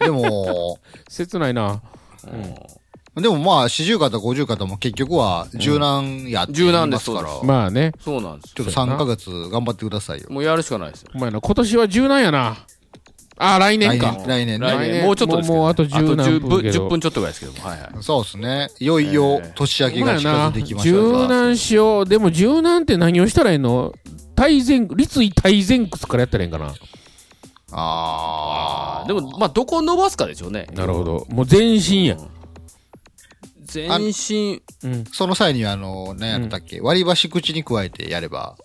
Speaker 2: でも、
Speaker 4: 切ないな。
Speaker 3: ーうん
Speaker 2: でもまあ、四十肩、五十肩も結局は柔軟やって言いますから、
Speaker 3: 柔軟ですそう
Speaker 2: まあ
Speaker 4: まあね。
Speaker 3: そうなんです
Speaker 2: ちょっと三ヶ月頑張ってくださいよ。
Speaker 3: もうやるしかないですよ
Speaker 4: お前の今年は柔軟やな。あ、来年
Speaker 2: 来
Speaker 4: か。
Speaker 2: 年、来年
Speaker 3: 来
Speaker 2: ね。
Speaker 3: 年もうちょっとですけどね
Speaker 4: もうもうあと10
Speaker 3: あと10
Speaker 4: 分けど
Speaker 3: 10分ちょっとぐらいですけどもはいはい
Speaker 2: そうですね。いよいよ年明け
Speaker 4: ほんま
Speaker 2: が
Speaker 4: や
Speaker 2: 近づ
Speaker 4: ない
Speaker 2: てきました
Speaker 4: 柔
Speaker 2: が、
Speaker 4: 軟しよう。でも柔軟って何をしたらいいの体前、立位体前屈からやったらいいんかな。
Speaker 2: あ
Speaker 3: あでもまあどこ伸ばすかでしょうね
Speaker 4: なるほど。もう全身や。
Speaker 3: 全身
Speaker 4: うん。
Speaker 2: ーその際にはあの、何やったっけ、割り箸口に加えてやれば。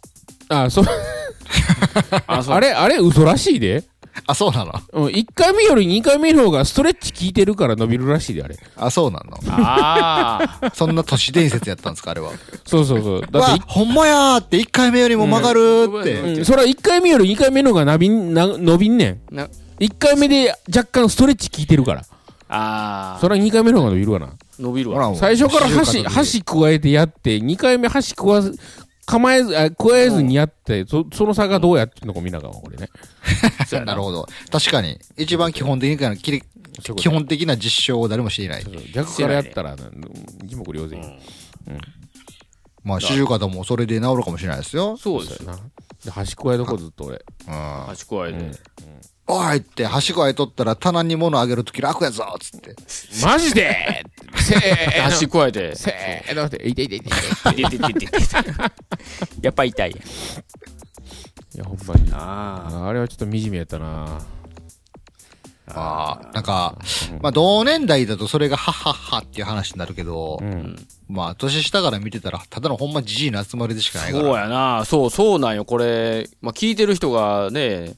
Speaker 4: あ、そう。
Speaker 3: あそう
Speaker 4: あれ、あれ、嘘らしいで。
Speaker 2: あ、そうなの
Speaker 4: うん、1回目より2回目の方がストレッチ効いてるから伸びるらしいで、あれ。
Speaker 2: あ、そうなの
Speaker 3: ああ
Speaker 2: そんな都市伝説やったんですか、あれは。
Speaker 4: そうそうそう。だ
Speaker 2: わ
Speaker 4: っ、
Speaker 2: ほんまやーって1回目よりも曲がるーって。
Speaker 4: て、うん、それは1回目より2回目の方がなびんな伸びんねん。
Speaker 3: な
Speaker 4: 1回目で若干ストレッチ効いてるから。
Speaker 3: あ
Speaker 4: それは2回目の方が伸びるわな。
Speaker 3: ー伸びる
Speaker 2: ほら
Speaker 3: わ
Speaker 2: もう
Speaker 4: 最初から
Speaker 2: 四
Speaker 4: 箸、
Speaker 2: 十肩で
Speaker 4: 箸加えてやって、2回目箸加わず、構えず、あ加えずにやって、そその差がどうやってんのか見ながら、これね。
Speaker 3: そうや
Speaker 2: な
Speaker 3: な
Speaker 2: るほど。確かに。一番基本的な、きり
Speaker 4: そういうこと
Speaker 2: 基本的な実証を誰もしていない
Speaker 4: そ。うそう逆からやったら、な一目瞭然や。
Speaker 2: まあ、四十肩もそれで治るかもしれないですよ。
Speaker 3: そうです
Speaker 4: そう
Speaker 3: よ
Speaker 4: やな。で箸加えとこずっと俺。
Speaker 2: うん。
Speaker 3: 端っこあいで
Speaker 2: おいって、はしごあいとったら棚に物あげるとき楽やぞっつって。
Speaker 4: マジでせーの
Speaker 3: 足加え て。
Speaker 4: せーのって痛い痛い痛い
Speaker 3: でででででやっぱ痛い。
Speaker 4: いやほんまに
Speaker 3: あ
Speaker 4: あれはちょっと惨めやったな
Speaker 2: まあ、なんか、まあ同年代だとそれがハッハッハっていう話になるけど、
Speaker 4: うん
Speaker 2: まあ年下から見てたら、ただのほんまじじいの集まりでしか
Speaker 3: あ。
Speaker 2: ないか
Speaker 3: そう
Speaker 2: ら。
Speaker 3: やな。そう、そうなんよ。これ、まあ聞いてる人がね、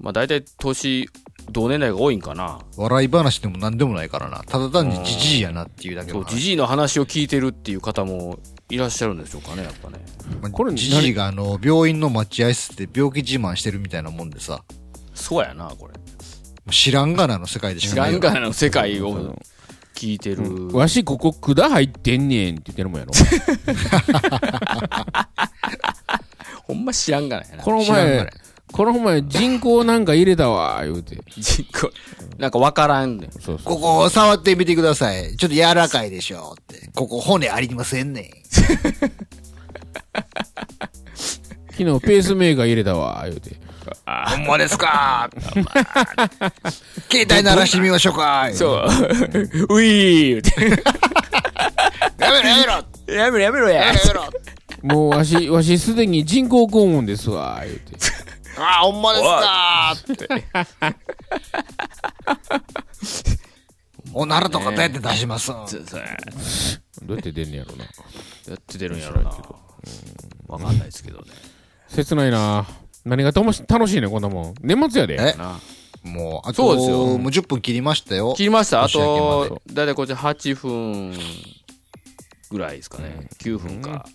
Speaker 3: まあ大体年、同年代が多いんかな。
Speaker 2: 笑い話でも何でもないからな。ただ単にじじいやなっていうだけ
Speaker 3: そ
Speaker 2: の
Speaker 3: う、
Speaker 2: 話
Speaker 3: じじいの話を聞いてるっていう方もいらっしゃるんでしょうかね、やっぱね。
Speaker 2: まあ
Speaker 4: これ
Speaker 2: じじいがあの、病院の待合室で病気自慢してるみたいなもんでさ、
Speaker 3: そうやな、これ。
Speaker 2: 知らんがなの世界でし
Speaker 3: 知
Speaker 2: からないよ
Speaker 3: んがなの世界を聞いてる。
Speaker 4: わしここ管入ってんねんって言ってるもんや ろ
Speaker 3: ほんま知らんがなやな。
Speaker 4: この
Speaker 2: 知らんがな
Speaker 4: 前この前人工なんか入れたわ言うて
Speaker 3: 人口なんかわからんねん。
Speaker 4: そうそう
Speaker 2: ここを触ってみてください。ちょっと柔らかいでしょうって。ここ骨ありませんねん。
Speaker 4: 昨日ペースメーカー入れたわ言うて
Speaker 2: ほんまですか 携帯鳴らしてみましょうか
Speaker 3: そう。ういーって。
Speaker 2: やめろやめろや
Speaker 3: やめろやめろや。
Speaker 2: めろ
Speaker 4: もうわし わしすでに人工肛門ですわ言うて
Speaker 2: あほんまですか おならとかどうやって出します
Speaker 3: そうそうや
Speaker 4: どうやって出んねやろな
Speaker 3: って出るんやろな。わかんないですけどね。
Speaker 4: 切ないな何がともし楽しいねんこんなもん年末やで
Speaker 2: え
Speaker 3: な
Speaker 2: もう、あと、
Speaker 3: そうですよ
Speaker 2: もう10分切りましたよ。
Speaker 3: 切りましたあ
Speaker 2: 年明けま
Speaker 3: と、だいたいこっち8分ぐらいですかね。9分か。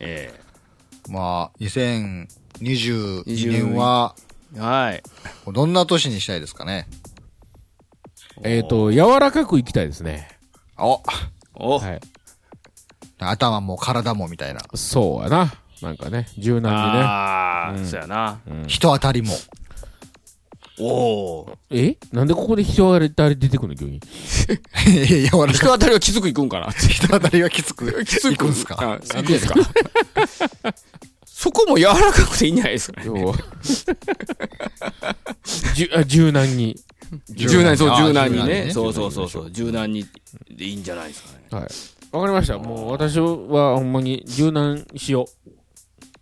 Speaker 3: え
Speaker 2: まあ、2022
Speaker 3: 22
Speaker 2: 年は、
Speaker 3: え。はい。
Speaker 2: どんな年にしたいですかね。
Speaker 4: えっ、と柔らかくいきたいですね
Speaker 2: お
Speaker 3: お、
Speaker 4: はい
Speaker 2: 頭も体もみたいな。
Speaker 4: そうやななんかね柔軟にね
Speaker 3: ああ、そうやな。
Speaker 2: 人当たりも。
Speaker 3: おー
Speaker 4: えなんでここで人が誰出てくるの急に
Speaker 2: いやいや、柔ら
Speaker 3: 人
Speaker 2: かい
Speaker 3: 当たりは気づくいくんかな
Speaker 2: 人当たりはきつく。
Speaker 3: きつ
Speaker 2: いくんすか
Speaker 3: あいくんすかそこも柔らかくていいんじゃないですかね。
Speaker 4: 要 はじゅあ柔軟に、
Speaker 3: 柔軟に、そう、
Speaker 2: あー
Speaker 3: 柔軟に
Speaker 2: 柔軟に
Speaker 3: ね。
Speaker 2: ね
Speaker 3: そうそうそう、そう柔軟にでいいんじゃないですかね。
Speaker 4: はい、わかりましたもう私はほんまに柔軟しよ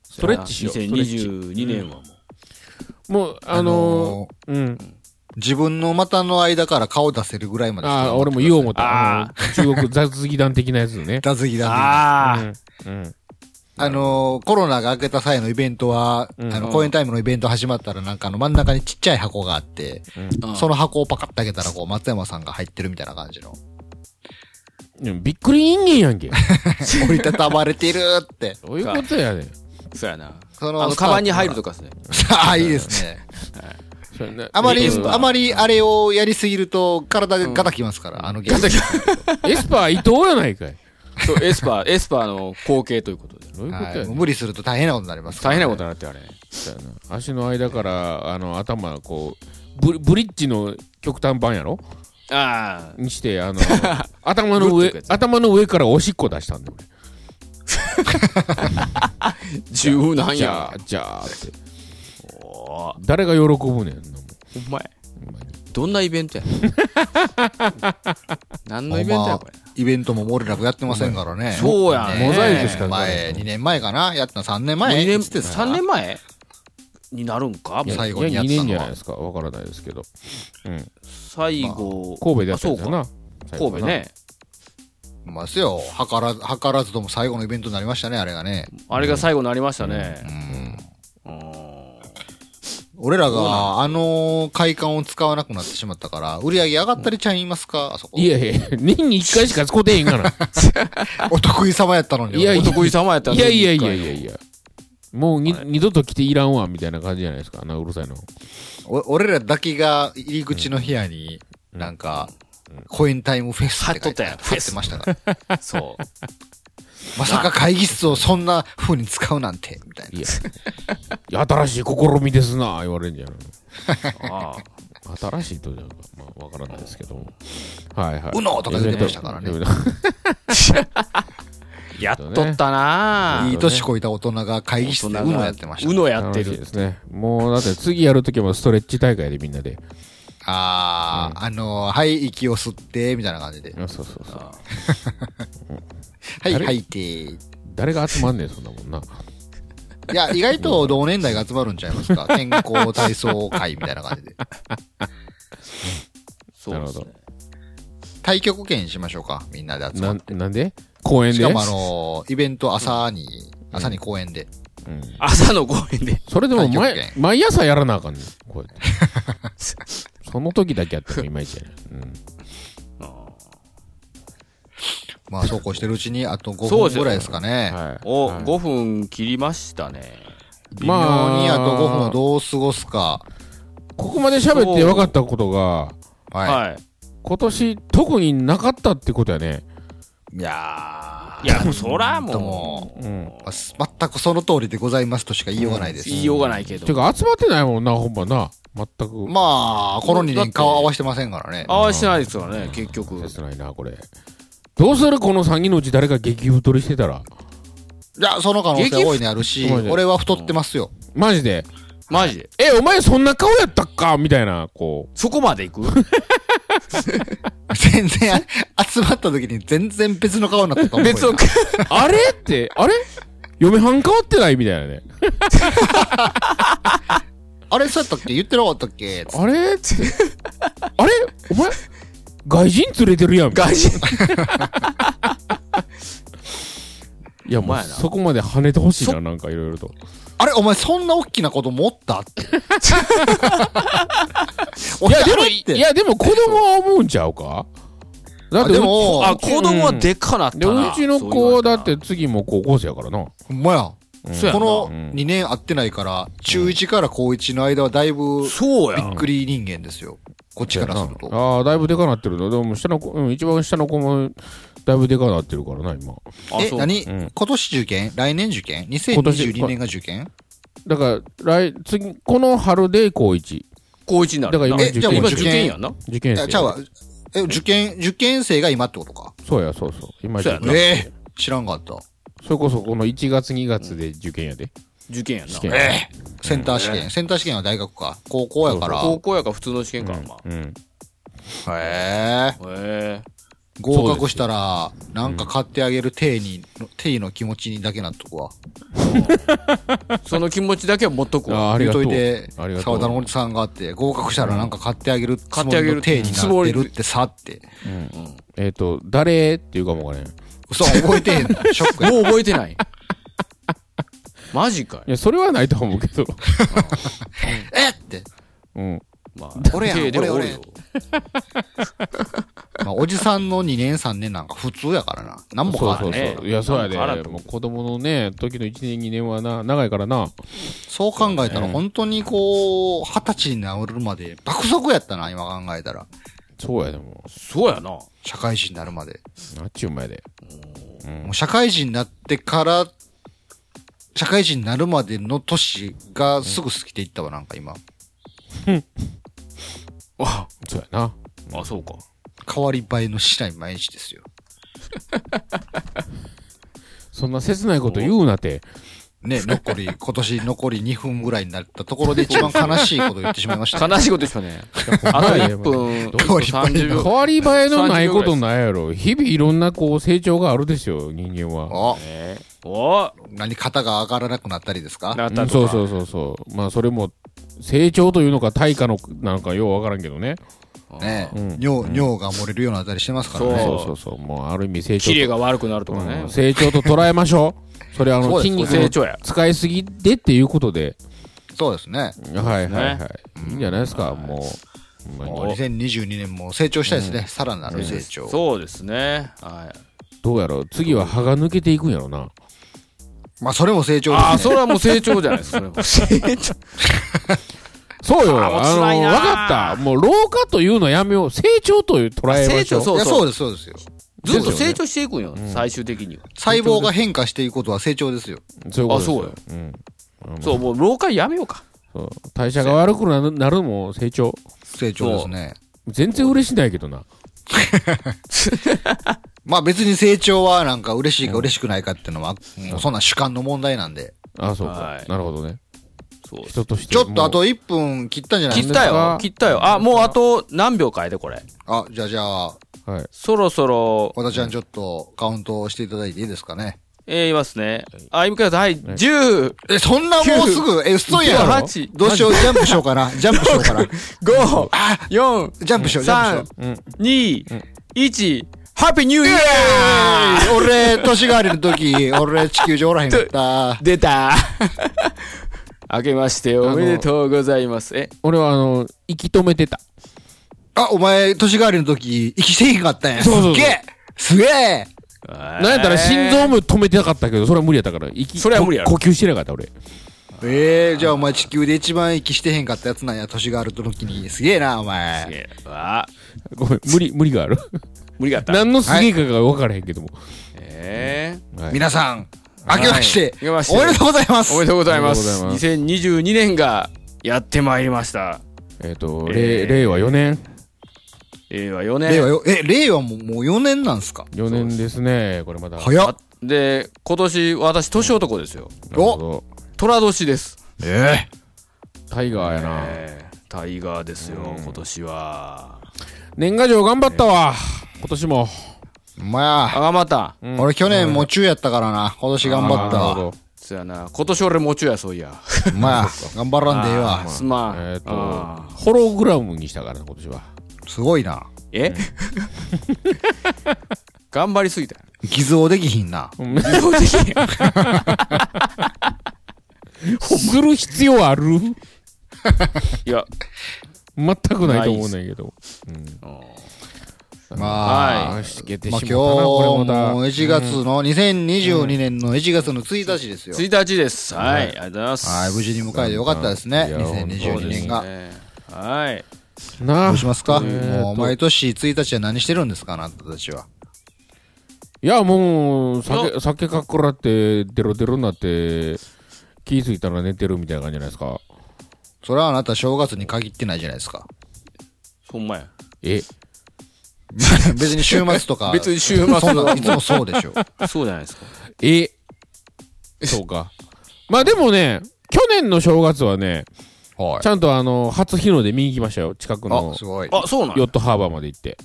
Speaker 4: ストレッチしよう
Speaker 3: 2022年はも
Speaker 4: うもうあのーうん
Speaker 2: 自分の股の間から顔出せるぐらいまで。
Speaker 4: ああ俺も言おう思
Speaker 2: も。
Speaker 4: ったあの中国雑技団的なやつね
Speaker 2: 脱ぎ
Speaker 3: う。
Speaker 2: だね。
Speaker 3: あ
Speaker 4: うん、うん、
Speaker 2: あのー、コロナが明けた際のイベントは、
Speaker 4: うん
Speaker 2: あの、公演タイムのイベント始まったらなんかあの真ん中にちっちゃい箱があって、
Speaker 3: あ
Speaker 2: その箱をパカッと開けたらこう松山さんが入ってるみたいな感じの。
Speaker 4: でもびっくり人間やんけ
Speaker 2: 折りたたまれてるって。
Speaker 4: どういうことやねん
Speaker 3: そうやな。
Speaker 2: そ
Speaker 3: あの、カバンに入るとかですね。
Speaker 2: さ あ、いいですね。
Speaker 4: それな
Speaker 2: あまり、
Speaker 4: エスパー
Speaker 2: あまりあれをやりすぎると体がガタきますから、あのゲーム。
Speaker 4: エスパー伊藤やないかい
Speaker 3: そう、エスパー、エ スパーの後継ということで。
Speaker 4: どういうこと
Speaker 2: はい
Speaker 4: や
Speaker 2: も
Speaker 4: ね
Speaker 2: うん無理すると大変なことになりますから
Speaker 3: 大
Speaker 2: ね、
Speaker 3: 変なことになって、あれ。
Speaker 4: そうやな足の間からあの頭こうブリブリッジの極端版やろ
Speaker 3: あ
Speaker 4: にし て、あの、頭の
Speaker 3: グッといくや
Speaker 4: 上、
Speaker 3: つ
Speaker 4: 頭の上からおしっこ出したんだよ、
Speaker 3: あ、柔軟
Speaker 4: 俺。じゃ
Speaker 3: や
Speaker 4: あ。、じゃあって。
Speaker 3: おー
Speaker 4: 誰が喜ぶねんなもん
Speaker 3: ほんまや。
Speaker 4: ほんまに
Speaker 3: どんなイベントや 何のイベント
Speaker 2: ま
Speaker 3: や
Speaker 2: あ
Speaker 3: これ。
Speaker 2: イベントももう俺らもやってませんからね。
Speaker 3: そうやんね
Speaker 4: モザイクしか
Speaker 2: 前、2年前かなやったの3年
Speaker 3: もう
Speaker 2: 前
Speaker 3: 二年、
Speaker 2: いつですか
Speaker 3: 3年前になるんかもう
Speaker 2: 最後に
Speaker 4: い
Speaker 2: や
Speaker 4: や、
Speaker 2: っ
Speaker 4: 2
Speaker 2: てた
Speaker 4: 年
Speaker 2: の
Speaker 4: じゃない
Speaker 2: は
Speaker 4: で。すか。わからないですけど。うん。
Speaker 3: 最後。
Speaker 4: 神戸でやったんだよ
Speaker 3: あ
Speaker 4: な。
Speaker 3: そうか。神戸ね。
Speaker 2: まあですよ。はからず、はからずとも最後のイベントになりましたね、あれがね。
Speaker 3: あれが最後になりましたね。
Speaker 2: うん。
Speaker 3: うん
Speaker 2: 俺らが、あの会館を使わなくなってしまったから、売り上げ上がったりちゃいますかあそこ。
Speaker 4: いやいや、年に1回しか使うてへ んから。
Speaker 2: お得意様やったのに。
Speaker 4: いやい
Speaker 3: お得意様やった
Speaker 4: い
Speaker 3: のに
Speaker 4: やいやいやいやいや。もうに二度と来ていらんわ、みたいな感じじゃないですか。あのうるさいの。
Speaker 2: お俺らだけが入り口の部屋に、なんか、コインタイムフェスって書いて
Speaker 3: 貼っとったやん
Speaker 2: 貼ってましたから。
Speaker 3: そう。
Speaker 2: まさか会議室をそんな風に使うなんて、み たい
Speaker 4: い
Speaker 2: な。
Speaker 4: や。新しい試みですな、言われるんじゃない
Speaker 3: ああ。
Speaker 4: 新しいというか、まあ、わからないですけども。はいはい。
Speaker 2: うのとか出てましたからね
Speaker 4: イベント。
Speaker 3: やっとったなぁ
Speaker 2: いい年こいた大人が会議室で
Speaker 3: 大
Speaker 2: UNO
Speaker 3: 人が
Speaker 2: やってました。
Speaker 3: UNO やって
Speaker 4: 楽しいで
Speaker 3: る。
Speaker 4: すね。もうだって次やるときもストレッチ大会でみんなで。
Speaker 2: ああ、あのー、はい、息を吸って、みたいな感じで。
Speaker 4: あそうそうそう
Speaker 3: あ
Speaker 2: はい、
Speaker 4: あれ
Speaker 2: 吐いて。い
Speaker 4: 誰が集まんねえそんなもんな
Speaker 2: や、意外と同年代が集まるんちゃいますか。健康体操会みたいな感じで。
Speaker 3: そうですね
Speaker 4: なる
Speaker 2: 太極拳しましょうか。みんなで集ま
Speaker 4: な
Speaker 2: っ
Speaker 4: ん
Speaker 2: て。
Speaker 4: なんで公園
Speaker 2: し
Speaker 4: で
Speaker 2: かもあのー、イベント朝に、朝に公演で。
Speaker 4: うん
Speaker 3: 朝の公園で
Speaker 4: それでも
Speaker 2: 太極
Speaker 4: 毎
Speaker 2: 拳
Speaker 4: 毎朝やらなあかんねんこうや ってその時だけやってもいまいちやね、うん
Speaker 3: あ
Speaker 2: まあ、そうこうしてるうちに、あと
Speaker 3: そう
Speaker 2: 5
Speaker 3: です
Speaker 2: 分
Speaker 3: よ
Speaker 2: ぐらいですかね。
Speaker 4: はい、
Speaker 3: ーお、
Speaker 4: はい
Speaker 3: 5分切りましたね
Speaker 2: 微妙にあと5分をどう過ごすか。
Speaker 4: ここまで喋って分かったことが
Speaker 2: はい。
Speaker 3: はい、
Speaker 4: 今年特になかったってことやね、
Speaker 2: いやー
Speaker 3: い、やもうそら
Speaker 2: なんと
Speaker 3: も
Speaker 2: も
Speaker 3: う
Speaker 4: うん、
Speaker 2: まあす全くその通りでございますとしか言いようがないです。
Speaker 3: 言いようがないけど
Speaker 4: てか集まってないもんなほんまな全く
Speaker 2: まあ、この2年顔合わせてませんからね。
Speaker 3: ああしてないですよね結局
Speaker 4: 切ないなこれどうするこの3人のうち誰か激太りしてたら
Speaker 2: いや、その可能性大いにあるし
Speaker 4: 激、太
Speaker 2: 俺は太ってますよ。
Speaker 4: マジで
Speaker 3: マジで
Speaker 4: えお前そんな顔やったっかみたいなこ
Speaker 3: そこまで行く
Speaker 2: 全然、集まった時に全然別の顔になったと 思うよ。
Speaker 3: 別の
Speaker 4: うあれってあれ嫁はん変わってないみたいなね
Speaker 2: あれ、そうやったっけ言ってなかったっけ
Speaker 4: あれってあれお前外人連れてるやんみたいな
Speaker 3: 外人
Speaker 4: いやも
Speaker 3: ほん
Speaker 4: う
Speaker 3: まやな
Speaker 4: そこまで跳ねてほしいななんかいろいろと
Speaker 2: あれ、お前そんな大きなこと持ったって。
Speaker 4: い
Speaker 2: 俺
Speaker 4: やでも
Speaker 2: あれって
Speaker 4: いやでも子供は思うんちゃうかだって
Speaker 2: あで
Speaker 4: う
Speaker 2: も、
Speaker 3: あ子供はでっかなった
Speaker 4: で
Speaker 3: な
Speaker 4: うちの
Speaker 3: そうい
Speaker 4: 子
Speaker 3: う
Speaker 4: だ
Speaker 3: な
Speaker 4: って次も高校生やからな
Speaker 2: ほんまや。
Speaker 3: そうやな
Speaker 2: この
Speaker 4: うん
Speaker 2: 2年会ってないから、中1から高1の間はだいぶび
Speaker 3: そうや
Speaker 2: っくり人間ですよ。こっちからすると。
Speaker 4: ああだいぶでかなってるのでも下の子、うん、一番下の子もだいぶでかなってるからな今
Speaker 3: あ
Speaker 2: え、
Speaker 3: そう
Speaker 2: 何
Speaker 4: うん
Speaker 2: 今年受験来年受験
Speaker 4: 今
Speaker 2: ?2022
Speaker 4: 年
Speaker 2: 年が受験
Speaker 4: だから来次この春で高1
Speaker 3: 高一になる
Speaker 4: だから今
Speaker 2: えじゃあ
Speaker 3: 今
Speaker 2: もう
Speaker 3: 受
Speaker 2: 受
Speaker 3: 験
Speaker 2: 験
Speaker 3: やんな
Speaker 4: 受験
Speaker 2: い
Speaker 4: 生
Speaker 2: や、ちゃうわ。え、受験、受験生が今ってことか。
Speaker 4: そうやそうそう今
Speaker 3: そうやな
Speaker 2: ええ知らんかった。
Speaker 4: それこそこの1月2月で受験やで、
Speaker 3: 受験やんな
Speaker 4: 試験
Speaker 2: ええセンター試験。センター試験は大学か。高校やから。
Speaker 3: 高校やから普通の試験かま
Speaker 4: うん、
Speaker 2: へえ。
Speaker 3: あへえ
Speaker 2: 合格したら、なんか買ってあげる定に、定の気持ちにだけなっとくわ。
Speaker 3: その気持ちだけは持っとく
Speaker 4: あ
Speaker 3: わ
Speaker 4: あり
Speaker 2: 言う
Speaker 4: が
Speaker 2: と
Speaker 4: とう
Speaker 2: いて
Speaker 4: ありが、とう
Speaker 2: 沢田のおじさんがあって、合格したらなんか買ってあげるつ
Speaker 3: 買っ
Speaker 2: も
Speaker 3: てあげ
Speaker 2: り
Speaker 3: る
Speaker 2: の定に
Speaker 3: つも
Speaker 2: なっ
Speaker 3: り
Speaker 2: てるってさって。
Speaker 4: えっ、と誰っていうかもわからんい
Speaker 2: 嘘、覚えて へんの。ショックや。
Speaker 3: もう覚えて ないマジかい
Speaker 4: やそれはないと思うけど
Speaker 2: えっって。
Speaker 4: うん
Speaker 3: まあ
Speaker 2: 俺やん
Speaker 3: 手で
Speaker 2: 俺
Speaker 3: おる
Speaker 2: 俺
Speaker 3: よ
Speaker 2: まあ、おじさんの2年3年なんか普通やからな。なんも変
Speaker 4: そ
Speaker 2: わ
Speaker 4: う
Speaker 2: ら
Speaker 4: そ
Speaker 2: ん
Speaker 4: う
Speaker 2: ね。
Speaker 4: そういやそうやで
Speaker 3: なんかあらんと
Speaker 4: もう子供のね時の1年2年はな長いからな
Speaker 2: そう考えたら本当にこう、二十歳になるまで爆速やったな、今考えたら。
Speaker 4: そうやでも
Speaker 3: そうやな
Speaker 2: 社会人になるまで。
Speaker 4: なっちゅう前で
Speaker 2: もう社会人になってから、社会人になるまでの年がすぐ過ぎていったわ、なんか今。
Speaker 3: あ
Speaker 4: そうやな
Speaker 3: あそうか
Speaker 2: 変わり映えのしない毎日ですよ。
Speaker 4: そんな切ないこと言うなて
Speaker 2: ね、残り、今年残り2分ぐらいになったところで一番悲しいことを言ってしまいました。
Speaker 3: 悲しいことしたね あと
Speaker 4: いや
Speaker 3: 1分
Speaker 2: どう
Speaker 3: 30秒
Speaker 4: 変わり映えのないことないやろ。日々いろんなこう成長があるですよ、人間は。
Speaker 2: お、
Speaker 3: えーお
Speaker 2: 何肩が上がらなくなったりですか
Speaker 3: な
Speaker 4: うん
Speaker 3: と
Speaker 4: そう
Speaker 3: か
Speaker 4: そうそうそう。まあそれも成長というのか対価のなんかようわからんけどね。
Speaker 2: ね、
Speaker 4: うん
Speaker 2: 尿、尿が漏れるようになったりしてますから
Speaker 3: そう
Speaker 2: ね。
Speaker 4: そうそうそう。もうある意味成長
Speaker 3: キレ
Speaker 4: と。
Speaker 3: が悪くなるとかね
Speaker 4: うん成長と捉えましょう。それはあ
Speaker 2: そ
Speaker 4: の
Speaker 2: うです
Speaker 4: 筋肉
Speaker 3: 成
Speaker 4: の
Speaker 3: 長や
Speaker 4: 使いすぎでっていうことで。
Speaker 2: そうですね。
Speaker 4: はい
Speaker 3: ね
Speaker 4: はいはい。いいんじゃないですか、もう。ほんま
Speaker 2: もう
Speaker 4: に
Speaker 2: 2022年も成長したいですね。さらなる成長。
Speaker 3: そうですねはい
Speaker 4: どうやろう次は歯が抜けていくんやろな。
Speaker 2: まあ、それも成長ですね。
Speaker 3: ああそれはもう成長じゃないですかそれも 成長
Speaker 4: そうよ。
Speaker 3: あーもう
Speaker 4: あの、
Speaker 3: 辛いなー
Speaker 4: わかった。もう老化というのやめよう。成長という捉えま
Speaker 3: 成
Speaker 4: し
Speaker 3: 長
Speaker 4: ょう。
Speaker 3: そう
Speaker 2: いや、
Speaker 3: そ
Speaker 2: そううです、そうですよ。
Speaker 3: ずっと成長していくんよ最終的には
Speaker 2: 細胞が変化していくことは成長ですよ。
Speaker 4: そういうことです
Speaker 3: あそうよ
Speaker 4: よ。うん。
Speaker 3: そうもう老化やめようか
Speaker 4: そう代謝が悪くなるなるも成長
Speaker 2: 成長ですね。
Speaker 4: 全然嬉しないけどな
Speaker 2: まあ別に成長はなんか嬉しいか嬉しくないかっていうのは、もうそんな主観の問題なんで。
Speaker 4: あそうか、
Speaker 3: はい
Speaker 4: なるほどね
Speaker 3: そう
Speaker 4: 人として
Speaker 2: ちょっとあ
Speaker 4: もう
Speaker 2: と1分切ったんじゃない
Speaker 3: 切ったよ
Speaker 4: か
Speaker 3: 切ったよあもうあと何秒かいでこれ
Speaker 2: あ、じゃあじゃあ、
Speaker 4: はい
Speaker 3: そろそろ
Speaker 2: 小田ちゃんちょっとカウントしていただいていいですかね。
Speaker 3: えー、いますねあいみくださいはい10
Speaker 2: え、そんなもうす ぐ、え、嘘やろ
Speaker 3: 8
Speaker 2: どうしよう、ジャンプしようか な。ジャンプしようかな。
Speaker 3: 5 4
Speaker 2: ジャンプしよう、ジャンプしよう。
Speaker 4: うん
Speaker 3: 2 1ハッピーニューイヤー
Speaker 2: 俺、年替わりの時、俺、地球上おらへんかった。
Speaker 3: 出た 明けましておめでとうございます。え
Speaker 4: 俺はあの息止めてた
Speaker 2: あ、お前、年替わりの時、生きてへんかったんや。す
Speaker 4: そうそうそう
Speaker 2: っげえすげえ
Speaker 3: な
Speaker 4: なんやったら心臓も止めてなかったけどそれは無理やったから息
Speaker 3: それは無理やろ
Speaker 4: 呼吸してなかった俺
Speaker 2: ええじゃあお前地球で一番生きしてへんかったやつなんや、年があると時に。すげえな、お前。
Speaker 3: わあ
Speaker 4: ごめん無理無理がある
Speaker 3: 無理だった。
Speaker 4: 何のすげえかが分からへんけども、
Speaker 3: えー
Speaker 4: はい
Speaker 2: 皆さん、明けまして、
Speaker 3: 明けまして
Speaker 2: おめでとうございます。
Speaker 3: おめでとうございま
Speaker 4: おめでと
Speaker 3: す。
Speaker 4: うござ
Speaker 3: 2022年がやってまいりました。
Speaker 4: えっ、と、
Speaker 3: え
Speaker 4: れ
Speaker 3: ー
Speaker 4: 令和4年
Speaker 3: 令和4
Speaker 2: 令和
Speaker 3: 年。
Speaker 2: よ、え、令和ももう4年なんすか
Speaker 4: 4年ですねこれまだ
Speaker 2: 早っ
Speaker 3: あ。で、今年私、年男ですよ。
Speaker 4: なるほど
Speaker 3: 虎年です。
Speaker 2: え
Speaker 4: タイガーやな、
Speaker 3: えータイガーですよ、今年は。
Speaker 4: 年賀状頑張ったわ今年も
Speaker 2: えま
Speaker 3: あ
Speaker 2: あ、
Speaker 3: がまた。
Speaker 2: 俺去年も中やったからな。今年頑張った
Speaker 4: あーなる
Speaker 2: わ。
Speaker 4: ほど
Speaker 3: そやな。今年俺もちゅや、そういや。
Speaker 2: まあ、頑張らんでええわ
Speaker 3: あー。すまん。
Speaker 4: えっ、と
Speaker 3: あー
Speaker 4: ホログラムにしたからな今年は
Speaker 2: すごいな。
Speaker 3: え 頑張りすぎた。
Speaker 2: 偽造できひんな。
Speaker 4: する必要ある
Speaker 3: いや、
Speaker 4: 全くないと思うねんけど
Speaker 2: まあ、
Speaker 4: あしけてし
Speaker 2: ま
Speaker 4: ま
Speaker 2: あ
Speaker 4: っ
Speaker 2: 今
Speaker 4: た
Speaker 2: 日
Speaker 4: な
Speaker 2: も
Speaker 4: これまた
Speaker 2: 1月の、2022年の1月の1日ですよ。
Speaker 3: 1日です。はい、ありがとうございます。
Speaker 2: はい、無事に迎えてよかったですね。
Speaker 4: いや
Speaker 2: 2022年が。
Speaker 3: そうですねはい。
Speaker 4: な
Speaker 2: ど
Speaker 4: あ
Speaker 2: うしますか
Speaker 4: えーと
Speaker 2: もう毎年1日は何してるんですかあなたたちは。
Speaker 4: いやもう酒酒かっこらってデロデロになって気づいたら寝てるみたいな感じじゃないですか
Speaker 2: それはあなた正月に限ってないじゃないですか。
Speaker 3: ほんまや。
Speaker 4: え
Speaker 2: 別に週末とか。
Speaker 3: 別に週末
Speaker 2: そんな
Speaker 3: はも
Speaker 2: んいつもそうでしょ。
Speaker 3: そうじゃないですか。
Speaker 4: えそうかまあでもね去年の正月はね
Speaker 2: は
Speaker 4: ちゃんとあの初日の出見に行きましたよ近くの
Speaker 2: い。あ、すごい。
Speaker 3: あ、そうなんや
Speaker 4: ヨットハーバーまで行って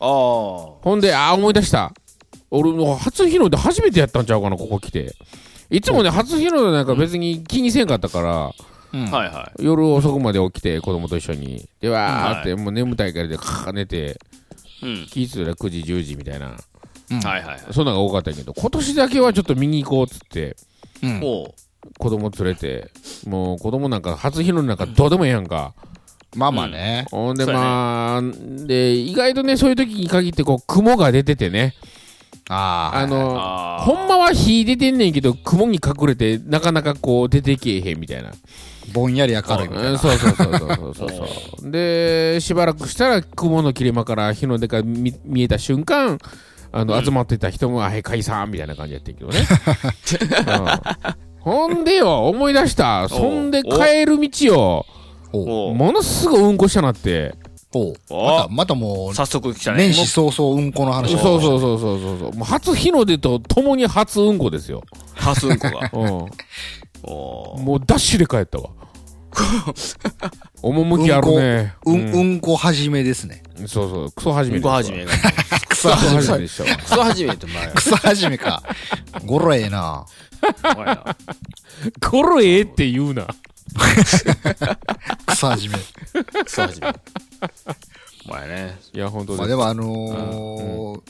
Speaker 3: あー
Speaker 4: ほんで、ああ、思い出した。俺、もう初日の出初めてやったんちゃうかな、ここ来て。いつもね、初日の出なんか別に気にせんかったから、
Speaker 2: うん
Speaker 3: はいは
Speaker 4: 夜遅くまで起きて、子供と一緒に。で、わーって、
Speaker 3: は
Speaker 4: もう眠たいからで、かー寝て、
Speaker 3: い。うん。
Speaker 4: 気ぃついたら9時、10時みたいな。
Speaker 2: うん
Speaker 3: はいはいはい。
Speaker 4: そんなのが多かったんやけど、今年だけはちょっと見に行こうっつって、
Speaker 2: うん
Speaker 3: ほ
Speaker 4: 子供連れて、もう子供なんか初日の出なんかどうでもええやんか。
Speaker 2: まあまあね。
Speaker 4: ほんで、
Speaker 3: そうやね
Speaker 4: まあ、で、意外とね、そういう時に限って、こう、雲が出ててね、
Speaker 2: ああ。
Speaker 4: あ
Speaker 3: う。
Speaker 4: の、
Speaker 3: あー
Speaker 4: ほんまは火出てんねんけど、雲に隠れて、なかなかこう出てけえへんみたいな。
Speaker 2: ぼんやり明るいみたい
Speaker 4: うん
Speaker 2: な。
Speaker 4: そうそうそうそうそう そう。で、しばらくしたら雲の切れ間から火の出が見見えた瞬間、あの、集まってた人も、あへ、解散みたいな感じやってんけ どね。うんほんでよ、思い出した。そんで帰る道よ、
Speaker 2: ほう。
Speaker 3: ほう
Speaker 4: ものすごいうんこしたなって。
Speaker 2: ほう。
Speaker 3: お
Speaker 2: また、またも
Speaker 3: 早速来た
Speaker 2: う、
Speaker 3: ね。
Speaker 2: 年始早々うんこの
Speaker 4: そう
Speaker 2: 話。
Speaker 4: そうそうそうそうそう。もう初日の出と共に初うんこですよ。。
Speaker 3: ハスンコが
Speaker 4: うん。
Speaker 3: おー
Speaker 4: もうダッシュで帰ったわ。趣あるね。
Speaker 2: うん、うんこ始めですね。
Speaker 4: うんそうそう、クソ始め
Speaker 3: うん
Speaker 4: です
Speaker 3: こ
Speaker 4: わ。
Speaker 3: 始めが。
Speaker 2: 草
Speaker 4: クソ
Speaker 2: 始
Speaker 4: 始め
Speaker 2: め。
Speaker 4: でしょ。
Speaker 3: 草始めって前や。
Speaker 2: 草始めか。ゴロええな。
Speaker 3: お前ら
Speaker 4: これええって言うな。
Speaker 2: 草始め。
Speaker 3: 草始め。お前ね。
Speaker 4: いや、本当
Speaker 2: まあで
Speaker 4: で。
Speaker 2: すもあのー
Speaker 3: うん